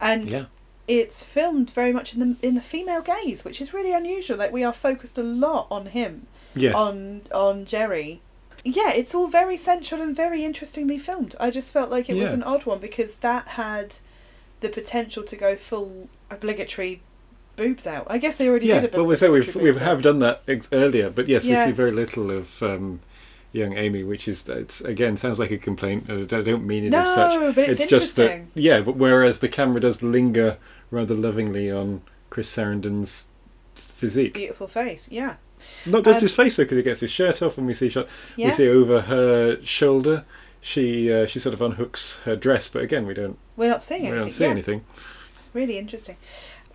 A: and
B: Yeah.
A: it's filmed very much in the in the female gaze, which is really unusual. Like we are focused a lot on him,
B: Yes.
A: on on Jerry. Yeah, it's all very sensual and very interestingly filmed. I just felt like it was
B: Yeah.
A: an odd one because that had the potential to go full obligatory boobs out. I guess they already
B: yeah,
A: did. a
B: but we say we've
A: obligatory
B: we
A: boobs out.
B: have done that ex- earlier, but yes,
A: Yeah.
B: we see very little of um, young Amy, which is it's again sounds like a complaint. and I don't mean it
A: No,
B: as such.
A: but it's,
B: just that
A: interesting.
B: yeah. But whereas the camera does linger rather lovingly on Chris Sarandon's physique,
A: Beautiful face. Yeah.
B: not just
A: Um,
B: his face though, because he gets his shirt off, and we see shot
A: Yeah.
B: we see over her shoulder. She uh, she sort of unhooks her dress, but again we don't
A: We're not seeing
B: we
A: anything.
B: don't see
A: yeah.
B: anything.
A: Really interesting.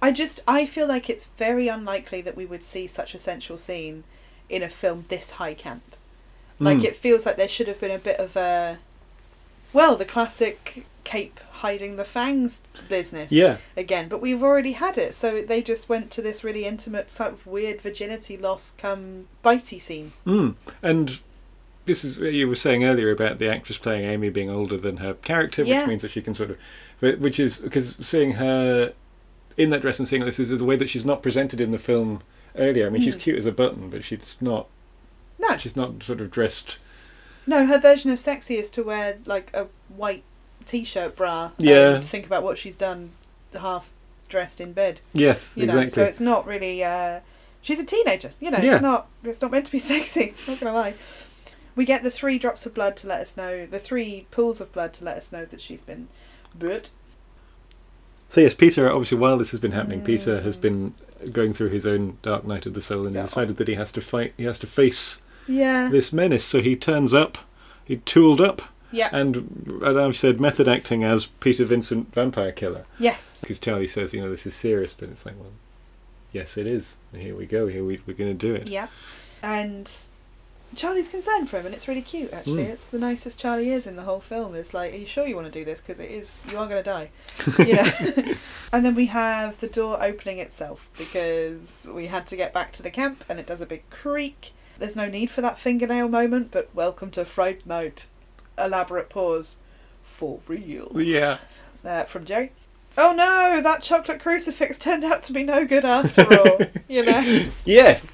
A: I just I feel like it's very unlikely that we would see such a sensual scene in a film this high camp. Like
B: Mm.
A: it feels like there should have been a bit of a well, the classic cape hiding the fangs business
B: Yeah,
A: again, but we've already had it. So they just went to this really intimate sort of weird virginity loss come bitey scene.
B: Mm. And this is you were saying earlier about the actress playing Amy being older than her character,
A: Yeah.
B: which means that she can sort of, but- which is because seeing her in that dress and seeing this is the way that she's not presented in the film earlier. I mean, she's
A: Mm.
B: cute as a button, but she's not.
A: No.
B: She's not sort of dressed.
A: No, her version of sexy is to wear like a white t-shirt bra
B: Yeah.
A: and think about what she's done half dressed in bed.
B: Yes,
A: you know so
B: exactly.
A: it's not really uh she's a teenager you know
B: Yeah.
A: it's not it's not meant to be sexy not gonna lie we get the three drops of blood to let us know the three pools of blood to let us know that she's been but
B: so yes, Peter. Obviously, while this has been happening, Peter has
A: Mm.
B: been going through his own dark night of the soul and
A: Yeah.
B: has decided that he has to fight. He has to face
A: yeah
B: this menace. So he turns up. He tooled up
A: yeah
B: and and I've said method acting as Peter Vincent vampire killer
A: yes
B: because Charlie says you know this is serious but it's like well yes it is and here we go here we, we're going to do it
A: yeah and charlie's concerned for him and it's really cute actually
B: Mm.
A: it's the nicest charlie is in the whole film it's like are you sure you want to do this because it is you are going to die you know and then we have the door opening itself because we had to get back to the camp and it does a big creak there's no need for that fingernail moment but welcome to fright night elaborate pause for real
B: yeah
A: uh, from jerry oh no that chocolate crucifix turned out to be no good after all you know
B: yes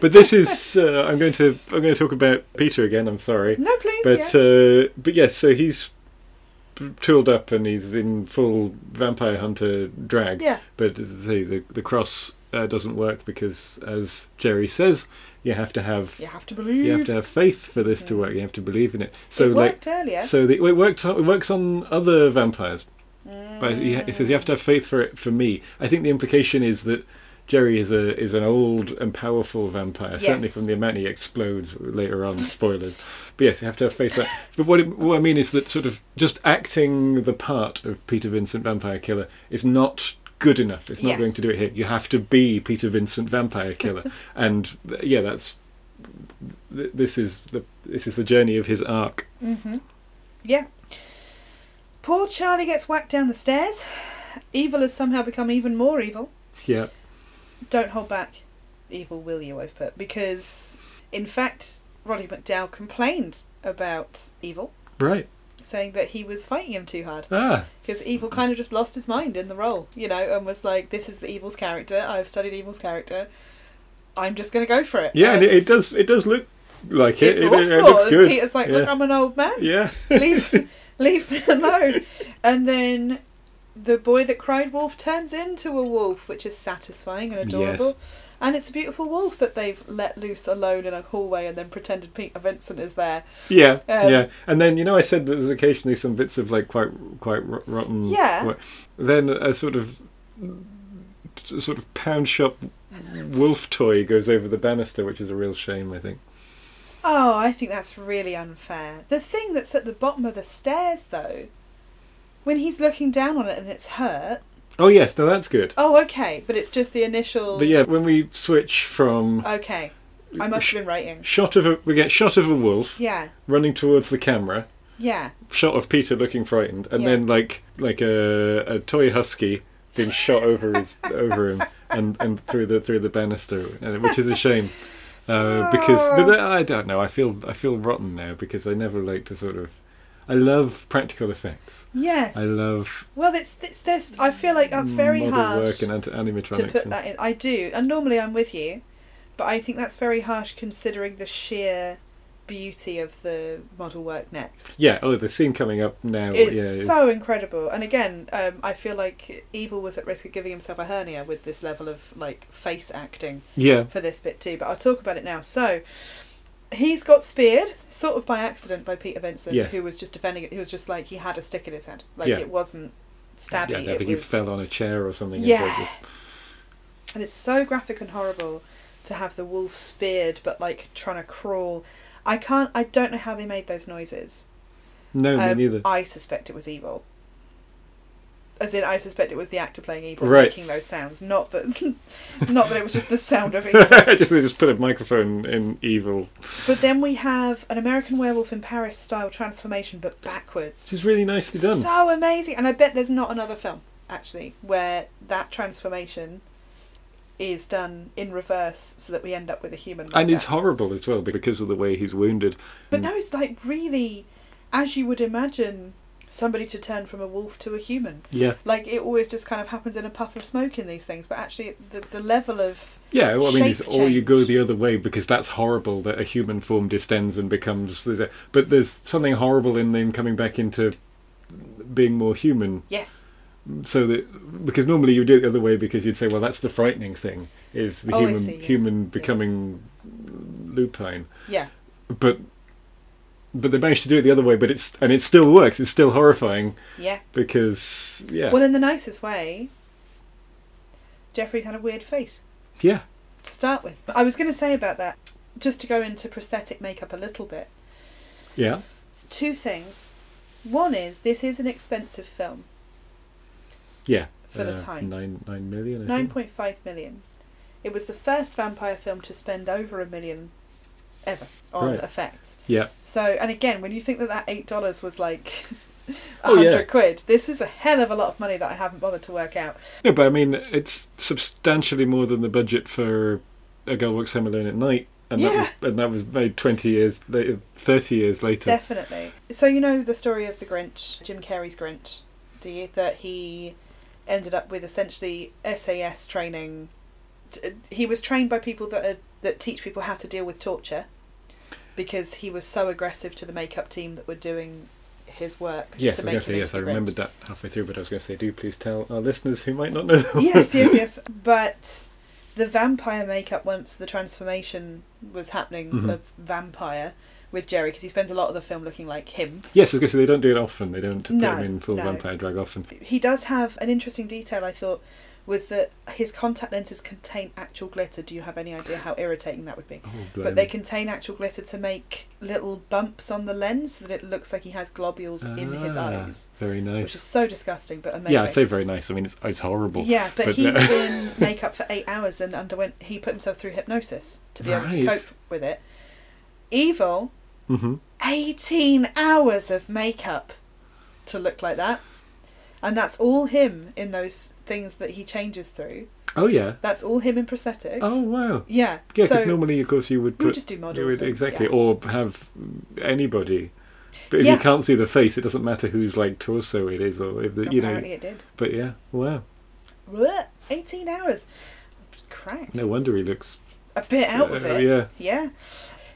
B: but this is uh, I'm going to I'm going to talk about Peter again I'm sorry
A: no please yeah.
B: but uh, but yes so he's tooled up and he's in full vampire hunter drag
A: Yeah.
B: But as I say, the, the cross uh, doesn't work because, as Jerry says, you have to have
A: You have to believe.
B: you have to have faith for this to
A: Mm.
B: work. You have to believe in it. So
A: it
B: like
A: worked earlier.
B: so the, it worked on, it works on other vampires, but he, he
A: Mm.
B: says you have to have faith for it. For me, I think the implication is that Jerry is a is an old and powerful vampire. Certainly
A: Yes.
B: from the amount he explodes later on. Spoilers, but yes, you have to have faith. For that. But what, it, what I mean is that sort of just acting the part of Peter Vincent Vampire Killer is not good enough. It's not
A: Yes.
B: going to do it here. You have to be Peter Vincent Vampire Killer, and th- yeah, that's th- this is the this is the journey of his arc.
A: Mhm. Yeah. Mm-hmm. Poor Charlie gets whacked down the stairs. Evil has somehow become even more evil.
B: Yeah.
A: Don't hold back, evil will you, I've put. Because, in fact, Roddy McDowell complained about evil,
B: Right.
A: saying that he was fighting him too hard.
B: Ah.
A: Because evil kind of just lost his mind in the role, you know, and was like, this is the evil's character. I've studied evil's character. I'm just going to go for it.
B: Yeah, and it, it does. It does look like it.
A: It's
B: it,
A: awful.
B: it, looks good.
A: And Peter's like,
B: yeah.
A: look, I'm an old man.
B: yeah.
A: leave leave me alone and then the boy that cried wolf turns into a wolf which is satisfying and adorable and it's a beautiful wolf that they've let loose alone in a hallway and then pretended peter vincent is there
B: Yeah,
A: Um,
B: yeah, and then you know I said that there's occasionally some bits of like quite quite ro- rotten.
A: Yeah.
B: wo- Then a sort of sort of pound shop wolf toy goes over the banister, which is a real shame, I think.
A: oh i think that's really unfair the thing that's at the bottom of the stairs though when he's looking down on it and it's hurt
B: Oh yes, no, that's good.
A: oh okay but it's just the initial
B: But yeah, when we switch from
A: okay i must have been writing
B: shot of a we get shot of a wolf
A: yeah
B: running towards the camera,
A: yeah
B: shot of Peter looking frightened, and
A: Yeah.
B: then like like a a toy husky being shot over his over him and and through the through the banister, uh, which is a shame. Uh, because
A: Ah.
B: but that- I don't know, I feel I feel rotten now because I never like to sort of. I love practical effects.
A: yes
B: I love
A: well it's, it's this i feel like that's very
B: model
A: hard
B: work and ant-
A: to
B: animatronics.
A: put
B: and-
A: that in. I do, and normally I'm with you, but I think that's very harsh considering the sheer beauty of the model work next.
B: yeah. Oh, the scene coming up now.
A: It's
B: Oh, yeah, is-
A: so incredible, and again, um, I feel like Evil was at risk of giving himself a hernia with this level of like face acting
B: yeah.
A: for this bit too. But I'll talk about it now. So he's got speared, sort of by accident, by Peter Vincent,
B: Yes.
A: who was just defending it. Who was just like he had a stick in his head, like
B: Yeah.
A: it wasn't stabby.
B: yeah, I
A: it
B: think he
A: was-
B: fell on a chair or something. and
A: Yeah.
B: broke it.
A: And it's so graphic and horrible to have the wolf speared but like trying to crawl. I can't I don't know how they made those noises.
B: No, me
A: Um,
B: neither.
A: I suspect it was evil. As in I suspect it was the actor playing evil
B: Right.
A: making those sounds, not that not that it was just the sound of evil.
B: just, they just put a microphone in evil.
A: But then we have an American werewolf in Paris style transformation but
B: It's
A: backwards.
B: just really nicely done.
A: So amazing. And I bet there's not another film actually where that transformation is done in reverse so that we end up with a human like
B: and
A: that.
B: it's horrible as well because of the way he's wounded.
A: But no, it's like really, as you would imagine, somebody to turn from a wolf to a human.
B: Yeah.
A: Like it always just kind of happens in a puff of smoke in these things. But actually, the, the level of
B: Yeah, well, I mean, it's,
A: Shape
B: or you go
A: change.
B: the other way because that's horrible that a human form distends and becomes. There's a, but there's something horrible in them coming back into being more human.
A: yes,
B: So that because normally you do it the other way because you'd say, well, that's the frightening thing is the
A: Oh, I
B: human
A: see, yeah.
B: human becoming lupine.
A: yeah,
B: But but they managed to do it the other way, but it's and it still works. It's still horrifying.
A: yeah.
B: because yeah,
A: Well, in the nicest way, Jeffrey's had a weird face.
B: yeah,
A: to start with. I was going to say about that, just to go into prosthetic makeup a little bit.
B: yeah,
A: Two things. One is this is an expensive film,
B: yeah.
A: For the time.
B: Uh, nine nine million. I
A: nine
B: think.
A: point five million. It was the first vampire film to spend over a million, ever on
B: Right.
A: effects.
B: Yeah,
A: So, and again, when you think that that eight dollars was like. a
B: Oh, yeah.
A: hundred quid. This is a hell of a lot of money that I haven't bothered to work out.
B: no, but I mean, it's substantially more than the budget for A Girl Walks Home Alone at Night, and that was and that was made twenty years later, thirty years later.
A: Definitely. So you know the story of the Grinch, Jim Carrey's Grinch, do you? That he ended up with essentially SAS training. T- uh, He was trained by people that are, that teach people how to deal with torture, because he was so aggressive to the makeup team that were doing his work.
B: Yes, I
A: to
B: was going
A: make
B: to
A: him
B: say yes.
A: into
B: I
A: the Grinch.
B: remembered that halfway through, but I was going to say, do please tell our listeners who might not know.
A: yes, yes, yes. But the vampire makeup once the transformation was happening
B: Mhm.
A: of vampire with Jerry because he spends a lot of the film looking like him.
B: yes. I was going to say they don't do it often. They don't put
A: No,
B: him in full
A: no.
B: vampire drag often.
A: He does have an interesting detail. I thought was that his contact lenses contain actual glitter. Do you have any idea how irritating that would be?
B: Oh,
A: But they contain actual glitter to make little bumps on the lens so that it looks like he has globules
B: blimey.
A: in his
B: Ah,
A: eyes,
B: Very
A: which
B: nice.
A: is so disgusting but amazing.
B: Yeah, I say very nice. I mean, it's it's horrible.
A: Yeah, but,
B: But,
A: he
B: uh,
A: was in makeup for eight hours and underwent. He put himself through hypnosis to be able to
B: Right.
A: cope with it. Evil,
B: hmm
A: eighteen hours of makeup. to look like that. And that's all him in those things that he changes through.
B: Oh yeah.
A: That's all him in prosthetics.
B: Oh wow.
A: Yeah.
B: Yeah, because normally, of course, you would
A: we
B: put
A: would just do
B: you
A: models.
B: would,
A: and-
B: exactly,
A: yeah.
B: or have anybody. But if
A: Yeah.
B: you can't see the face, it doesn't matter whose like torso it is, or if the, you know.
A: Apparently it did.
B: But yeah, wow.
A: Blech, 18 hours. Cracked.
B: No wonder he looks.
A: A bit out of
B: uh,
A: it.
B: yeah.
A: Yeah.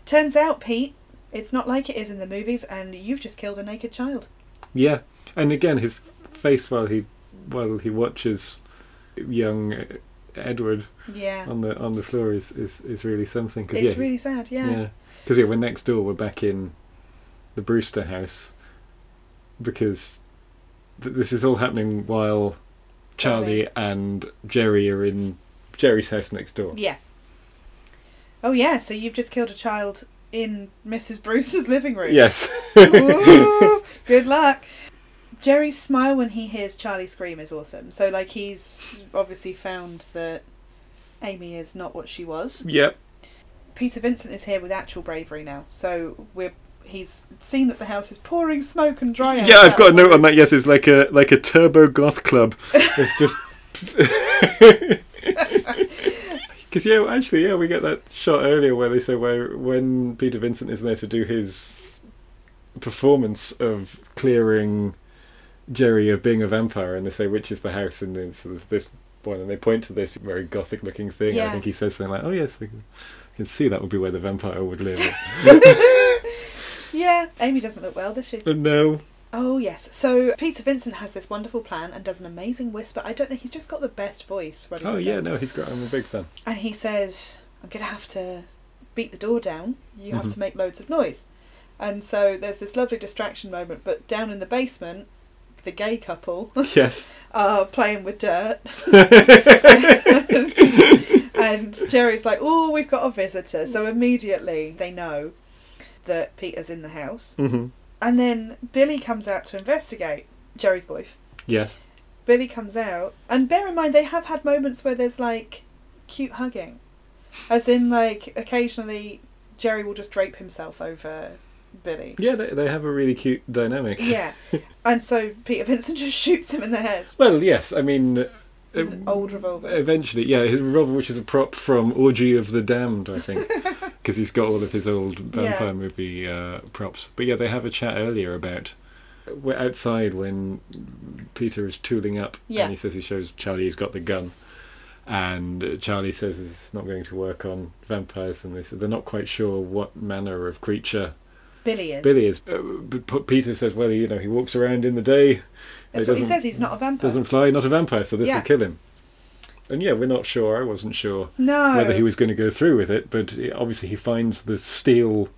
A: Turns out, Pete, it's not like it is in the movies, and you've just killed a naked child.
B: Yeah, and again, his face while he while he watches young Edward
A: Yeah.
B: on the on the floor is is, is really something. Oh, Cause,
A: it's
B: yeah,
A: really sad, yeah.
B: yeah, because yeah, we're next door. We're back in the Brewster house because th- this is all happening while Charlie and Jerry are in Jerry's house next door.
A: Yeah. Oh, yeah, so you've just killed a child in Mrs. Brewster's living room.
B: Yes.
A: Ooh, good luck. Jerry's smile when he hears Charlie scream is awesome. So, like, he's obviously found that Amy is not what she was.
B: yep.
A: Peter Vincent is here with actual bravery now. So we're he's seen that the house is pouring smoke and dry.
B: Yeah, I've got a note on that. Yes, it's like a like a turbo goth club. It's just because yeah, actually, yeah, we get that shot earlier where they say where when Peter Vincent is there to do his performance of clearing Jerry of being a vampire, and they say which is the house, and then so there's this one, and they point to this very gothic looking thing. and I
A: Yeah.
B: think he says something like, "Oh yes, I can, I can see that would be where the vampire would live."
A: Yeah, Amy doesn't look well, does she?
B: but no,
A: Oh yes. So Peter Vincent has this wonderful plan and does an amazing whisper. I don't think he's just got the best voice. Roddy
B: oh
A: Piper.
B: yeah, no, he's got. I'm a big fan.
A: And he says, "I'm gonna have to beat the door down. You have
B: Mhm.
A: to make loads of noise." And so there's this lovely distraction moment. But down in the basement, the gay couple
B: Yes.
A: are playing with dirt. and Jerry's like, "Oh, we've got a visitor." So immediately they know that Peter's in the house.
B: hmm
A: And then Billy comes out to investigate Jerry's boy.
B: Yeah.
A: Billy comes out, and bear in mind they have had moments where there's like cute hugging, as in like occasionally Jerry will just drape himself over Billy.
B: Yeah, they, they have a really cute dynamic.
A: Yeah, and so Peter Vincent just shoots him in the head.
B: Well, yes, I mean. uh,
A: With an old revolver.
B: Eventually, yeah, his revolver, which is a prop from Orgy of the Damned, I think, because he's got all of his old vampire
A: Yeah.
B: movie uh, props. But yeah, they have a chat earlier about uh, we're outside when Peter is tooling up,
A: Yeah.
B: and he says he shows Charlie he's got the gun, and uh, Charlie says it's not going to work on vampires, and they said they're not quite sure what manner of creature
A: Billy is.
B: Billy is. Uh, but P- Peter says, well, you know, he walks around in the day.
A: That's
B: He
A: what he
B: doesn't-
A: says. He's not a vampire.
B: doesn't fly, not a vampire, so this
A: Yeah.
B: will kill him. And yeah, we're not sure. I wasn't sure
A: No.
B: whether he was going to go through with it, but it- obviously he finds the steel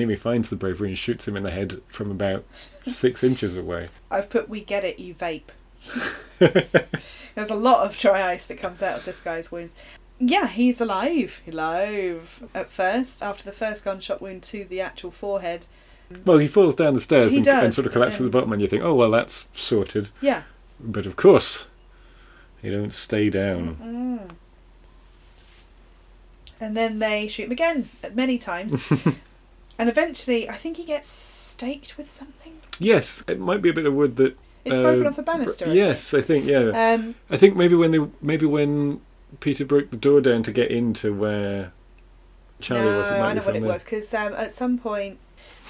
A: Yes.
B: him. He finds the bravery and shoots him in the head from about six inches away.
A: I've put we get it, you vape. There's a lot of dry ice that comes out of this guy's wounds. Yeah, he's alive. Alive at first, after the first gunshot wound to the actual forehead.
B: Well, he falls down the stairs
A: He
B: and,
A: does,
B: and sort of collapses
A: and-
B: at the bottom, and you think, oh well, that's sorted.
A: Yeah.
B: But of course, you don't stay down.
A: Mm. And then they shoot him again many times. and eventually, I think he gets staked with something.
B: Yes, it might be a bit of wood that.
A: It's
B: uh,
A: broken off the
B: br-
A: banister. I think.
B: Yes, I think yeah.
A: Um,
B: I think maybe when they maybe when Peter broke the door down to get into where Charlie
A: no,
B: was. might
A: I
B: be
A: know what
B: from
A: it
B: there.
A: was because um, at some point,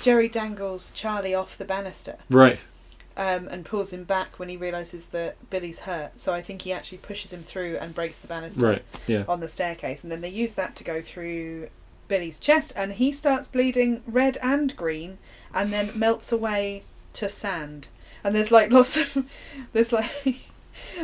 A: Jerry dangles Charlie off the banister.
B: Right.
A: um, and pulls him back when he realizes that Billy's hurt. So I think he actually pushes him through and breaks the banister
B: Right. Yeah.
A: on the staircase. And then they use that to go through Billy's chest, and he starts bleeding red and green, and then melts away to sand. And there's like lots of there's like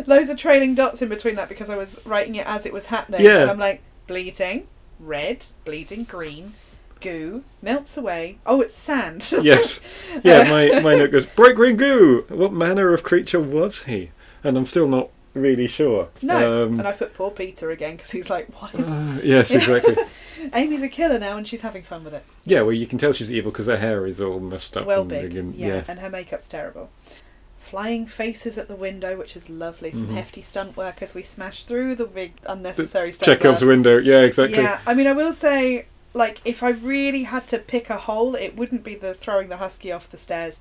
A: loads of trailing dots in between that because I was writing it as it was happening,
B: Yeah.
A: and I'm like bleeding red, bleeding green. Goo melts away. Oh, it's sand.
B: Yes. Yeah. My my note goes bright green goo. What manner of creature was he? And I'm still not really sure.
A: No,
B: Um,
A: and I put poor Peter again because he's like, what is?
B: uh, yes, exactly.
A: Amy's a killer now, and she's having fun with it.
B: yeah, well, you can tell she's evil because her hair is all messed up.
A: Well
B: and
A: big,
B: again-
A: yeah,
B: yes.
A: and her makeup's terrible. Flying faces at the window, which is lovely. Some
B: Mhm.
A: hefty stunt work as we smash through the big unnecessary stunt.
B: Chekhov's
A: glass.
B: window. Yeah, exactly.
A: Yeah, I mean, I will say, like, if I really had to pick a hole, it wouldn't be the throwing the husky off the stairs.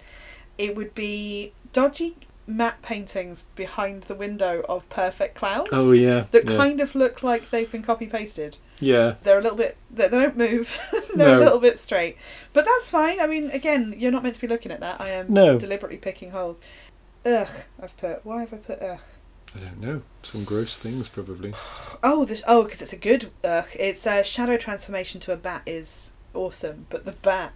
A: It would be dodgy matte paintings behind the window of perfect clowns
B: Oh yeah.
A: that
B: yeah.
A: kind of look like they've been copy pasted.
B: yeah.
A: They're a little bit they they don't move. They're
B: No.
A: a little bit straight, but that's fine. I mean, again, you're not meant to be looking at that. I am
B: No.
A: deliberately picking holes. Ugh, I've put. Why have I put ugh?
B: I don't know. Some gross things probably.
A: Oh, this, oh, because it's a good ugh. It's a uh, shadow transformation to a bat is awesome, but the bat.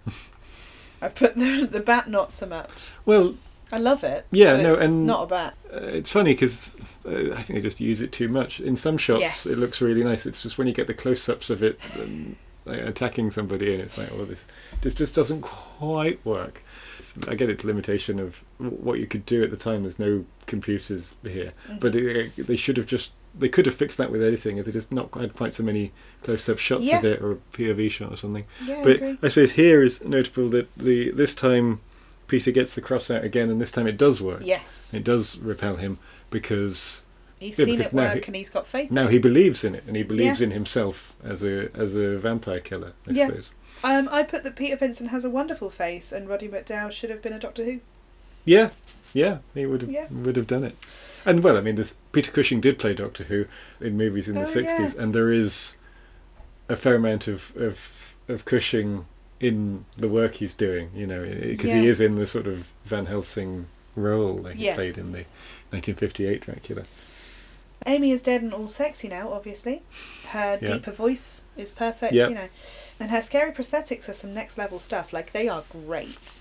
A: I put the, the bat not so much.
B: Well,
A: I love it.
B: Yeah,
A: but
B: no,
A: it's
B: and-
A: not a bat.
B: uh, it's funny because uh, I think they just use it too much. In some shots,
A: Yes.
B: it looks really nice. It's just when you get the close-ups of it um, like, attacking somebody, and it's like, well, this this just doesn't quite work. It's, I get its limitation of w- what you could do at the time. There's no computers here, but it, they should have just. They could have fixed that with editing if they just not had quite so many close-up shots of
A: Yeah.
B: it or a POV shot or something.
A: Mm-hmm. Yeah, I
B: But
A: agree.
B: I suppose here is notable that the this time Peter gets the cross out again, and this time it does work.
A: Yes,
B: It does repel him because
A: he's
B: yeah,
A: seen
B: because
A: it
B: now
A: work
B: he-
A: and he's got faith. in
B: now
A: it.
B: he believes in it, and he believes in himself as a as a vampire killer. I
A: Yeah.
B: suppose.
A: Um, I put that Peter Vincent has a wonderful face, and Roddy McDowell should have been a Doctor Who.
B: Yeah, yeah, he would have
A: Yeah.
B: would have done it. And well, I mean, this Peter Cushing did play Doctor Who in movies in the
A: Oh,
B: sixties, and there is a fair amount of of of Cushing in the work he's doing. You know, because he
A: Yeah.
B: is in the sort of Van Helsing role that he
A: Yeah.
B: played in the 1958 Dracula.
A: Amy is dead and all sexy now, obviously. Her
B: Yeah.
A: deeper voice is perfect,
B: Yeah.
A: you know. And her scary prosthetics are some next level stuff. Like, they are great.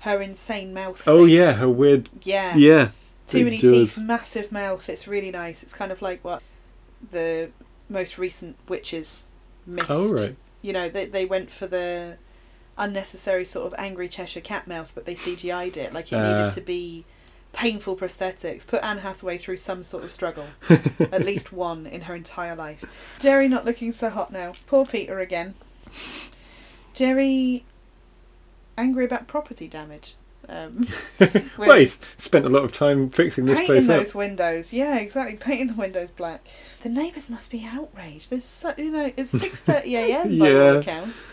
A: Her insane mouth.
B: Oh
A: thing.
B: yeah, her weird.
A: Yeah.
B: Yeah,
A: Too
B: it
A: many
B: does.
A: teeth, massive mouth. It's really nice. It's kind of like what the most recent witches missed.
B: Oh right.
A: You know, they, they went for the unnecessary sort of angry Cheshire cat mouth, but they CGI'd it. Like, it
B: Ah.
A: needed to be painful prosthetics. Put Anne Hathaway through some sort of struggle. at least one in her entire life. Jerry not looking so hot now. Poor Peter again. Jerry angry about property damage. Um,
B: Well, he's spent a lot of time fixing this
A: painting
B: place up.
A: those windows. Yeah, exactly. Painting the windows black. The neighbours must be outraged. There's so you know it's six thirty a.m. by all
B: Yeah.
A: accounts.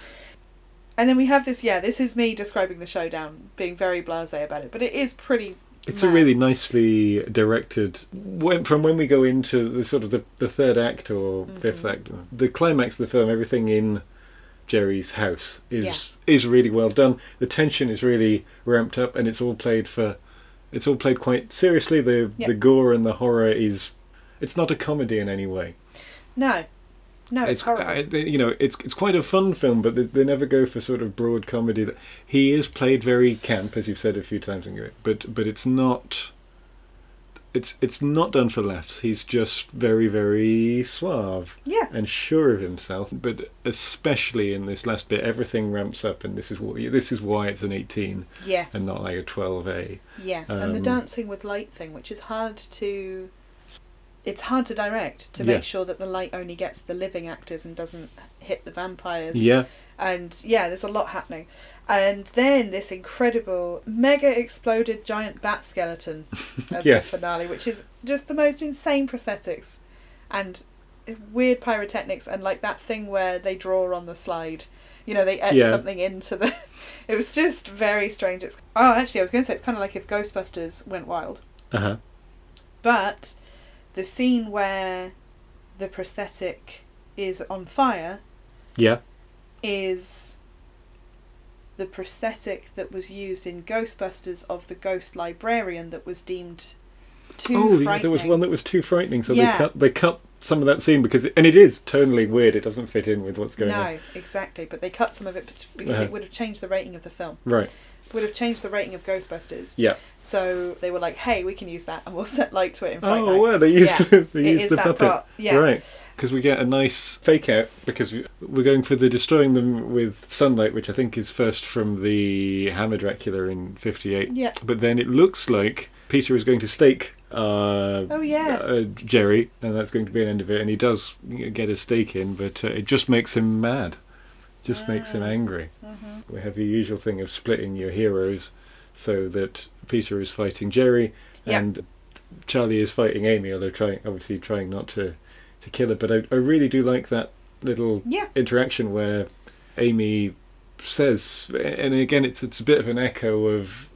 A: And then we have this. Yeah, this is me describing the showdown, being very blasé about it, but it is pretty.
B: It's a
A: mad.
B: really nicely directed. When, from when we go into the sort of the, the third act or fifth
A: Mm-hmm.
B: act, the climax of the film, everything in Jerry's house is is really well done. The tension is really ramped up, and it's all played for. It's all played quite seriously. The
A: Yeah.
B: the gore and the horror is. It's not a comedy in any way.
A: no, no, it's, horrible.
B: I- they- uh, you know, it's it's quite a fun film, but they, they never go for sort of broad comedy. That he is played very camp, as you've said a few times, Ingrid, but but it's not. It's it's not done for laughs. He's just very very suave
A: yeah,
B: and sure of himself. But especially in this last bit, everything ramps up, and this is what this is why it's an eighteen
A: yes.
B: and not like a twelve A.
A: Yeah, and the
B: Um,
A: dancing with light thing, which is hard to. It's hard to direct to
B: Yeah.
A: make sure that the light only gets the living actors and doesn't hit the vampires.
B: Yeah,
A: And yeah, there's a lot happening. And then this incredible mega exploded giant bat skeleton as
B: Yes.
A: the finale, which is just the most insane prosthetics and weird pyrotechnics and like that thing where they draw on the slide. You know, they etch
B: Yeah.
A: something into the. it was just very strange. It's oh, actually, I was going to say it's kind of like if Ghostbusters went wild,
B: uh huh.
A: but the scene where the prosthetic is on fire
B: Yeah,
A: is the prosthetic that was used in Ghostbusters of the ghost librarian that was deemed too
B: oh, yeah,
A: frightening.
B: there was one that was too frightening, so
A: Yeah.
B: they cut they cut some of that scene because, and it is totally weird. It doesn't fit in with what's going
A: no,
B: on.
A: exactly, but they cut some of it bet- because
B: Uh-huh.
A: it would have changed the rating of the film.
B: Right.
A: Would have changed the rating of Ghostbusters.
B: Yeah.
A: So they were like, "Hey, we can use that, and we'll set light to it in Fright
B: Oh,
A: Night."
B: well, they used
A: Yeah.
B: the, they
A: It
B: used
A: is
B: the
A: that
B: puppet.
A: part, yeah.
B: Right. Because we get a nice fake out because we- we're going for the destroying them with sunlight, which I think is first from the Hammer Dracula in '58.
A: Yeah.
B: But then it looks like Peter is going to stake. Uh,
A: Oh, yeah.
B: uh, Jerry, and that's going to be an end of it. And he does get his stake in, but uh, it just makes him mad. Just makes
A: Ah.
B: him angry.
A: Mm-hmm.
B: We have the usual thing of splitting your heroes, so that Peter is fighting Jerry,
A: Yeah.
B: and Charlie is fighting Amy, although trying obviously trying not to to kill her. But I, I really do like that little
A: Yeah.
B: interaction where Amy says, and again it's it's a bit of an echo of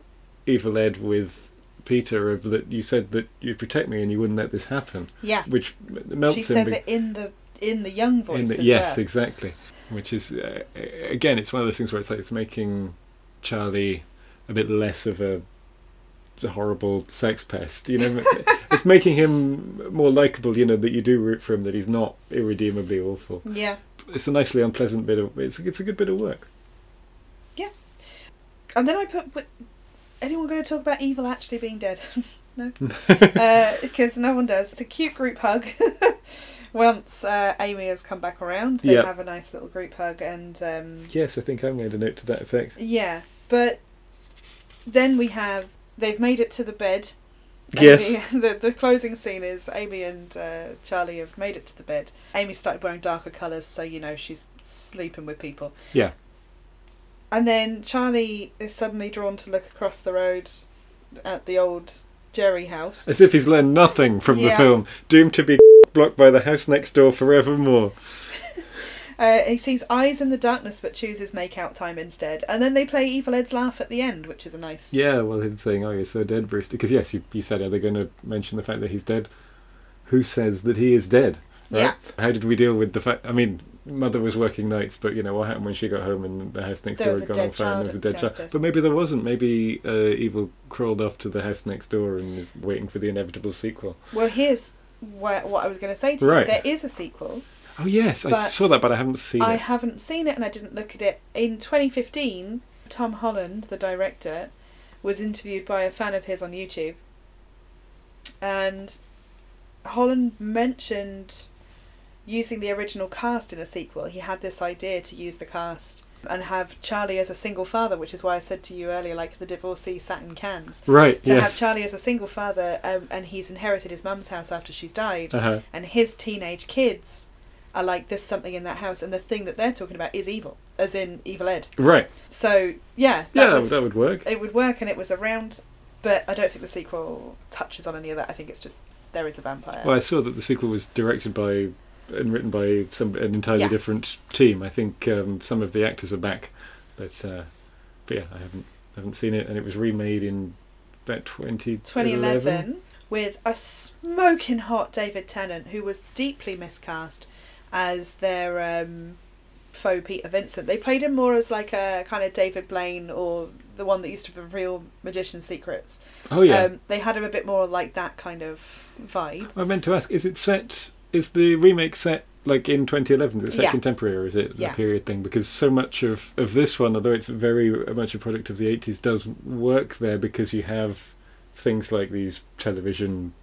B: Evil Ed with Peter of that you said that you'd protect me and you wouldn't let this happen,
A: Yeah.
B: which melts
A: She
B: him.
A: says
B: be-
A: it in the in the young
B: in
A: voice
B: the-
A: as
B: yes,
A: well.
B: exactly. Which is uh, again, it's one of those things where it's like it's making Charlie a bit less of a horrible sex pest. You know, it's making him more likable. You know that you do root for him, that he's not irredeemably awful.
A: Yeah.
B: It's a nicely unpleasant bit of it's it's a good bit of work.
A: And then I put. But anyone going to talk about evil actually being dead? no, because no one does. It's a cute group hug. Once uh, Amy has come back around, they
B: Yeah.
A: have a nice little group hug, and um,
B: Yes, I think I made a note to that effect.
A: yeah. But then we have they've made it to the bed.
B: Yes,
A: Amy- the, the closing scene is Amy and uh, Charlie have made it to the bed. Amy started wearing darker colours, so you know she's sleeping with people.
B: Yeah.
A: And then Charlie is suddenly drawn to look across the road at the old Jerry house.
B: as if he's learned nothing from the
A: Yeah.
B: film. Doomed to be blocked by the house next door forevermore.
A: Uh, he sees eyes in the darkness but chooses make out time instead. And then they play Evil Ed's laugh at the end, which is a nice.
B: Yeah, well, him saying, "Oh, you're so dead, Brewster." Because yes, you, you said, "Are they going to mention the fact that he's dead?" Who says that he is dead?
A: Yeah.
B: How did we deal with the fact? I mean, mother was working nights, but you know what happened when she got home and the house next
A: There
B: door
A: was a
B: had gone
A: dead
B: on fire and there was a
A: child
B: dead child.
A: downstairs.
B: But maybe there wasn't. Maybe uh, evil crawled off to the house next door and is waiting for the inevitable sequel.
A: Well, here's where, what I was going to say to
B: Right.
A: you. There is a sequel.
B: Oh yes, I
A: But
B: saw that, but I haven't seen
A: I
B: it.
A: haven't seen it and I didn't look at it. In 2015, Tom Holland, the director, was interviewed by a fan of his on YouTube. And Holland mentioned using the original cast in a sequel. He had this idea to use the cast and have Charlie as a single father, which is why I said to you earlier, like the divorcee sat in cans.
B: Right.
A: To have
B: yes.
A: Charlie as a single father, um, and he's inherited his mum's house after she's died
B: uh-huh.
A: and his teenage kids are like there's something in that house and the thing that they're talking about is evil as in evil ed
B: Right.
A: so yeah
B: Yeah, that,
A: was-
B: that would work.
A: it would work and it was around but i don't think the sequel touches on any of that i think it's just there is a vampire
B: Well, I saw that the sequel was directed by and written by some an entirely
A: Yeah.
B: different team. I think um, some of the actors are back, but uh, but yeah, I haven't haven't seen it, and it was remade in about 2011.
A: 2011 with a smoking hot david tennant who was deeply miscast as their um faux peter vincent they played him more as like a kind of david blaine or the one that used to reveal magician's secrets
B: Oh yeah,
A: Um, they had him a bit more like that kind of vibe.
B: I meant to ask: Is it set? Is the remake set like in 2011? Is it set
A: Yeah.
B: contemporary, or is it the
A: Yeah.
B: period thing? Because so much of of this one, although it's very much a product of the 80s, does work there because you have things like these television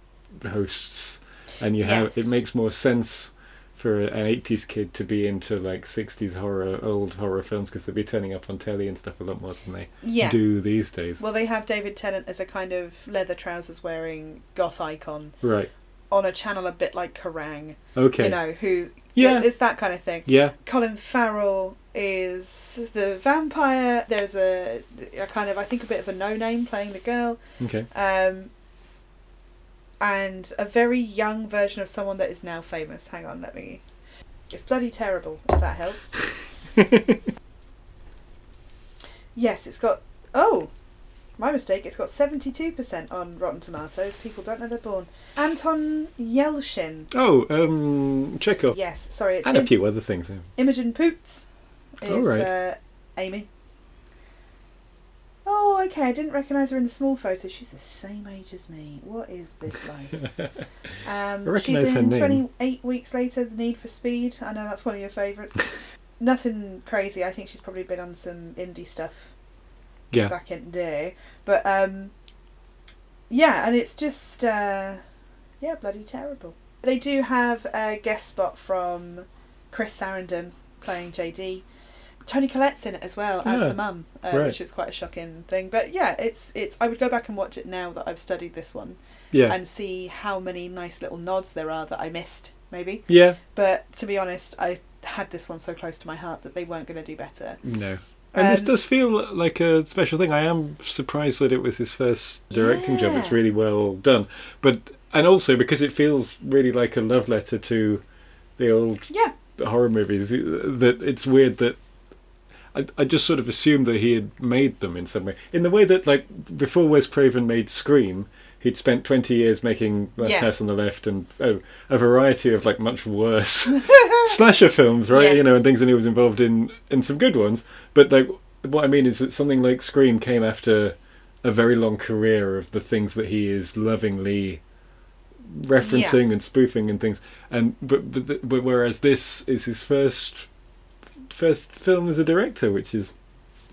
B: hosts, and you have
A: Yes.
B: it makes more sense. For an 80s kid to be into like 60s horror, old horror films, because they'd be turning up on telly and stuff a lot more than they
A: Yeah.
B: do these days.
A: Well, they have David Tennant as a kind of leather trousers wearing goth icon
B: Right.
A: on a channel a bit like Kerrang,
B: Okay.
A: you know, who
B: yeah.
A: it's that kind of thing.
B: Yeah.
A: Colin Farrell is the vampire. There's a, a kind of I think a bit of a no name playing the girl,
B: Okay.
A: um, and a very young version of someone that is now famous. Hang on, let me. It's bloody terrible. If that helps. Yes, it's got. Oh, my mistake. It's got seventy-two percent on Rotten Tomatoes. People don't know they're born. Anton Yelchin.
B: Oh, um, Chekhov.
A: Yes, sorry. It's
B: and a
A: Im-
B: few other things. yeah.
A: Imogen Poots. Is
B: All right.
A: uh, Amy. Oh, okay. I didn't recognise her in the small photo. She's the same age as me. What is this like? um,
B: recognise
A: she's
B: her
A: in
B: name.
A: 28 weeks later, The Need for Speed. I know that's one of your favourites. Nothing crazy. I think she's probably been on some indie stuff
B: Yeah.
A: back in the day. But um, yeah, and it's just uh, yeah, bloody terrible. They do have a guest spot from Chris Sarandon playing JD. Tony Collette's in it as well as
B: Yeah,
A: the mum, uh,
B: right.
A: which was quite a shocking thing. But yeah, it's it's. I would go back and watch it now that I've studied this one
B: Yeah.
A: and see how many nice little nods there are that I missed. Maybe,
B: yeah.
A: but to be honest, I had this one so close to my heart that they weren't going to do better.
B: No. And this
A: Um,
B: does feel like a special thing. I am surprised that it was his first directing job. It's
A: Yeah.
B: really well done. But and also because it feels really like a love letter to the old
A: Yeah,
B: horror movies uh, that it's weird that I, I just sort of assumed that he had made them in some way in the way that like before Wes Craven made Scream he'd spent 20 years making Last
A: Yeah.
B: House on the Left and oh, a variety of like much worse slasher films, right? You know,
A: Yes.
B: and things, and he was involved in in some good ones. But like, what I mean is that something like Scream came after a very long career of the things that he is lovingly referencing and spoofing and things. And but but, the, but whereas this is his first first film as a director, which is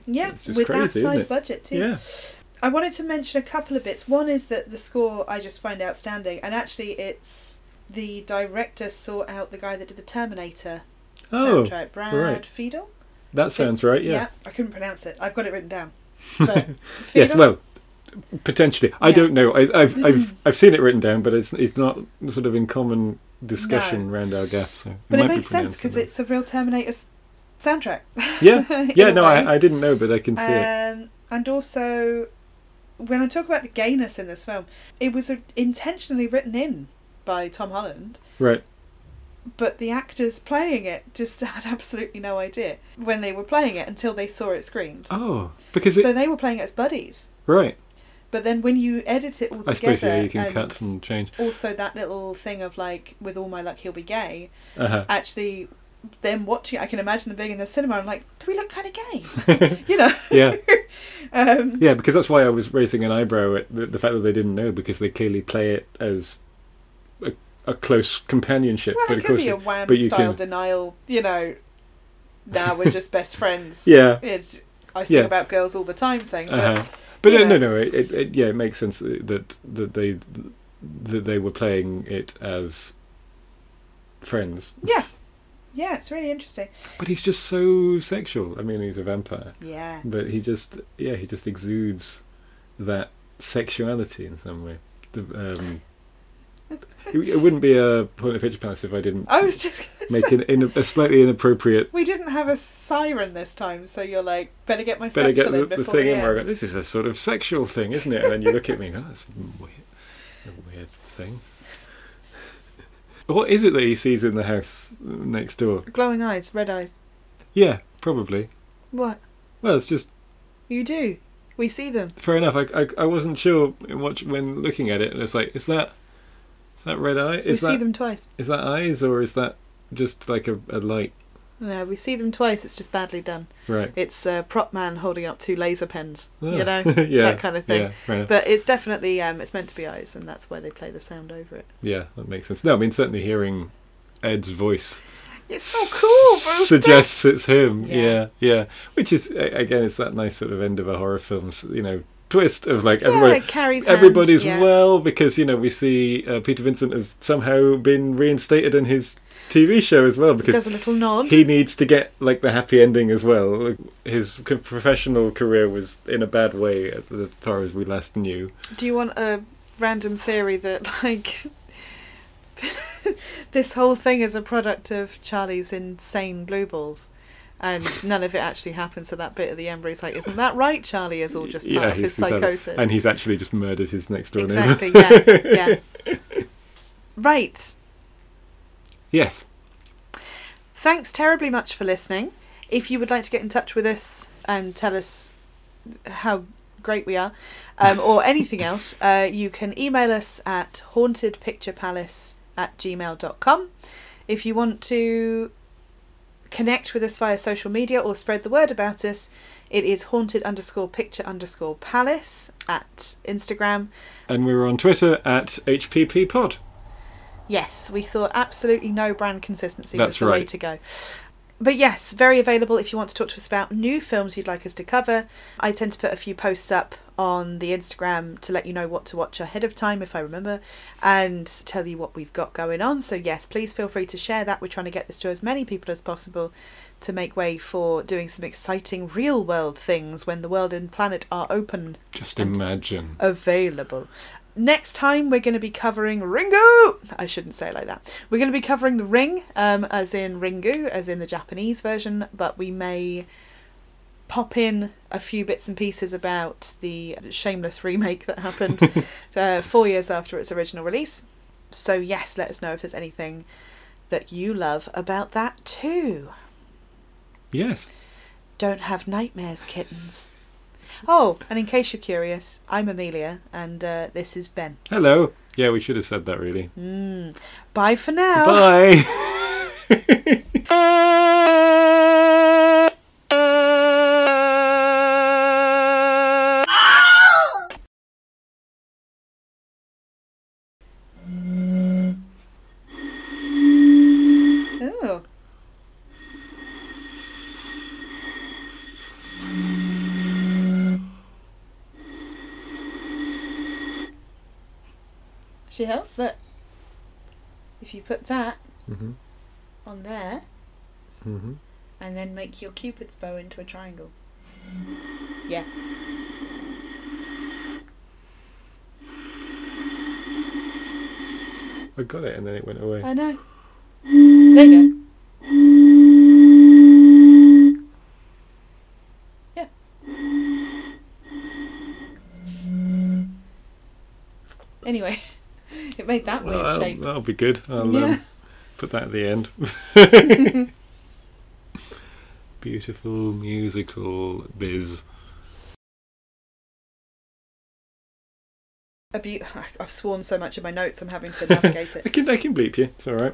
A: Yeah,
B: It's just
A: with that
B: crazy, isn't
A: size
B: it?
A: budget too.
B: yeah,
A: I wanted to mention a couple of bits. One is that the score I just find outstanding, and actually, it's the director sought out the guy that did the Terminator
B: oh,
A: soundtrack, Brad
B: right.
A: Fiedel.
B: that sounds right. Yeah.
A: I couldn't pronounce it. I've got it written down. But
B: Yes,
A: Fiedel?
B: well, potentially. I
A: Yeah.
B: don't know. I, I've I've I've seen it written down, but it's it's not sort of in common discussion round our gap. So it
A: but
B: might
A: it
B: be
A: makes sense
B: pronounced
A: because
B: something.
A: it's a real Terminator s- soundtrack.
B: yeah, yeah.
A: in a
B: No,
A: way.
B: I, I didn't know, but I can see it.
A: Um, and also, when I talk about the gayness in this film, it was uh, intentionally written in by Tom Holland,
B: Right.
A: but the actors playing it just had absolutely no idea when they were playing it until they saw it screened.
B: Oh, because it
A: so they were playing it as buddies.
B: right.
A: But then when you edit it all together,
B: I suppose yeah, you can
A: and
B: cut and change.
A: also that little thing of like, with all my luck, he'll be gay.
B: Uh-huh.
A: Actually, them watching, it, I can imagine them being in the cinema. I'm like, do we look kind of gay? you know.
B: yeah,
A: Um,
B: yeah. Because that's why I was raising an eyebrow at the, the fact that they didn't know because they clearly play it as a, a close companionship.
A: Well, it
B: but of
A: could
B: course,
A: be a
B: you-
A: wham
B: but you
A: style
B: can-
A: denial, you know. Now we're just best friends.
B: Yeah.
A: It's, I sing
B: Yeah.
A: about girls all the time thing, but
B: Uh-huh. But
A: you
B: no, no,
A: know.
B: no. It, it, it, yeah, it makes sense that that they that they were playing it as friends.
A: yeah. Yeah, it's really interesting.
B: But he's just so sexual. I mean, he's a vampire,
A: Yeah.
B: but he just yeah, he just exudes that sexuality in some way. The, um, it, it wouldn't be a point of picture palace if I didn't
A: I was just gonna
B: make
A: say,
B: an in, a slightly inappropriate.
A: we didn't have a siren this time, so you're like, better get my
B: Better get
A: sexual
B: the,
A: in
B: the
A: before
B: thing
A: we
B: in where I
A: end.
B: go, this is a sort of sexual thing, isn't it? And then you look at me and go, that's weird, a weird thing. what is it that he sees in the house next door?
A: Glowing eyes, red eyes.
B: Yeah, probably.
A: What?
B: Well, it's just
A: You do. We see them.
B: fair enough. I, I, I wasn't sure in watch, when looking at it, and it's like, is that is that red eye? Is
A: we see
B: that
A: them twice.
B: is that eyes or is that just like a, a light?
A: No, we see them twice. It's just badly done.
B: Right.
A: It's uh, prop man holding up two laser pens,
B: Ah.
A: you know,
B: yeah,
A: that kind of thing.
B: Yeah, fair enough.
A: But it's definitely um, it's meant to be eyes, and that's why they play the sound over it.
B: yeah, that makes sense. No, I mean certainly hearing Ed's voice
A: It's so cool, Brewster.
B: Suggests it's him.
A: Yeah.
B: Yeah. yeah, Which is a- again, it's that nice sort of end of a horror film's you know twist of like
A: yeah,
B: everybody.
A: it carries hand,
B: Everybody's
A: yeah.
B: well because you know we see uh, Peter Vincent has somehow been reinstated in his TV show as well
A: He
B: because
A: does a little nod.
B: he needs to get like the happy ending as well. Like, His co- professional career was in a bad way at the- as far as we last knew.
A: Do you want a random theory that like this whole thing is a product of Charlie's insane blue balls? And none of it actually happens. So that bit at the end where he's like, "Isn't that right, Charlie?" is all just part of his
B: had a-
A: psychosis.
B: and he's actually just murdered his next door neighbor.
A: exactly, yeah, yeah. Right.
B: Yes.
A: Thanks terribly much for listening. If you would like to get in touch with us and tell us how great we are um, or anything else, uh, you can email us at hauntedpicturepalace at gmail.com. If you want to connect with us via social media or spread the word about us, it is haunted underscore picture underscore palace at Instagram.
B: And we were on Twitter at HPP Pod.
A: Yes, we thought absolutely no brand consistency was
B: That's
A: the way
B: right.
A: to go. But yes, very available if you want to talk to us about new films you'd like us to cover. I tend to put a few posts up on the Instagram to let you know what to watch ahead of time if I remember and tell you what we've got going on. So, yes, please feel free to share that. We're trying to get this to as many people as possible to make way for doing some exciting real world things when the world and planet are open
B: Just imagine.
A: available. Next time we're going to be covering Ringu. I shouldn't say it like that. We're going to be covering the ring, um, as in Ringu, as in the Japanese version, but we may pop in a few bits and pieces about the shameless remake that happened uh, four years after its original release. So yes, let us know if there's anything that you love about that too.
B: Yes.
A: Don't have nightmares, kittens. Oh, and in case you're curious, I'm Amelia, and uh, this is Ben.
B: Hello. Yeah, we should have said that really.
A: Mm. Bye for now.
B: Bye.
A: Ooh. She helps. Look, if you put that
B: hmm
A: on there
B: hmm
A: and then make your cupid's bow into a triangle. Yeah.
B: I got it, and then it went away.
A: I know. There you go. Yeah. Anyway, it made that weird
B: Well,
A: shape.
B: That'll be good. I'll
A: Yeah.
B: um, put that at the end. Beautiful musical biz.
A: A beau- I've sworn so much in my notes, I'm having to navigate
B: I
A: it.
B: can I can bleep you. It's all right.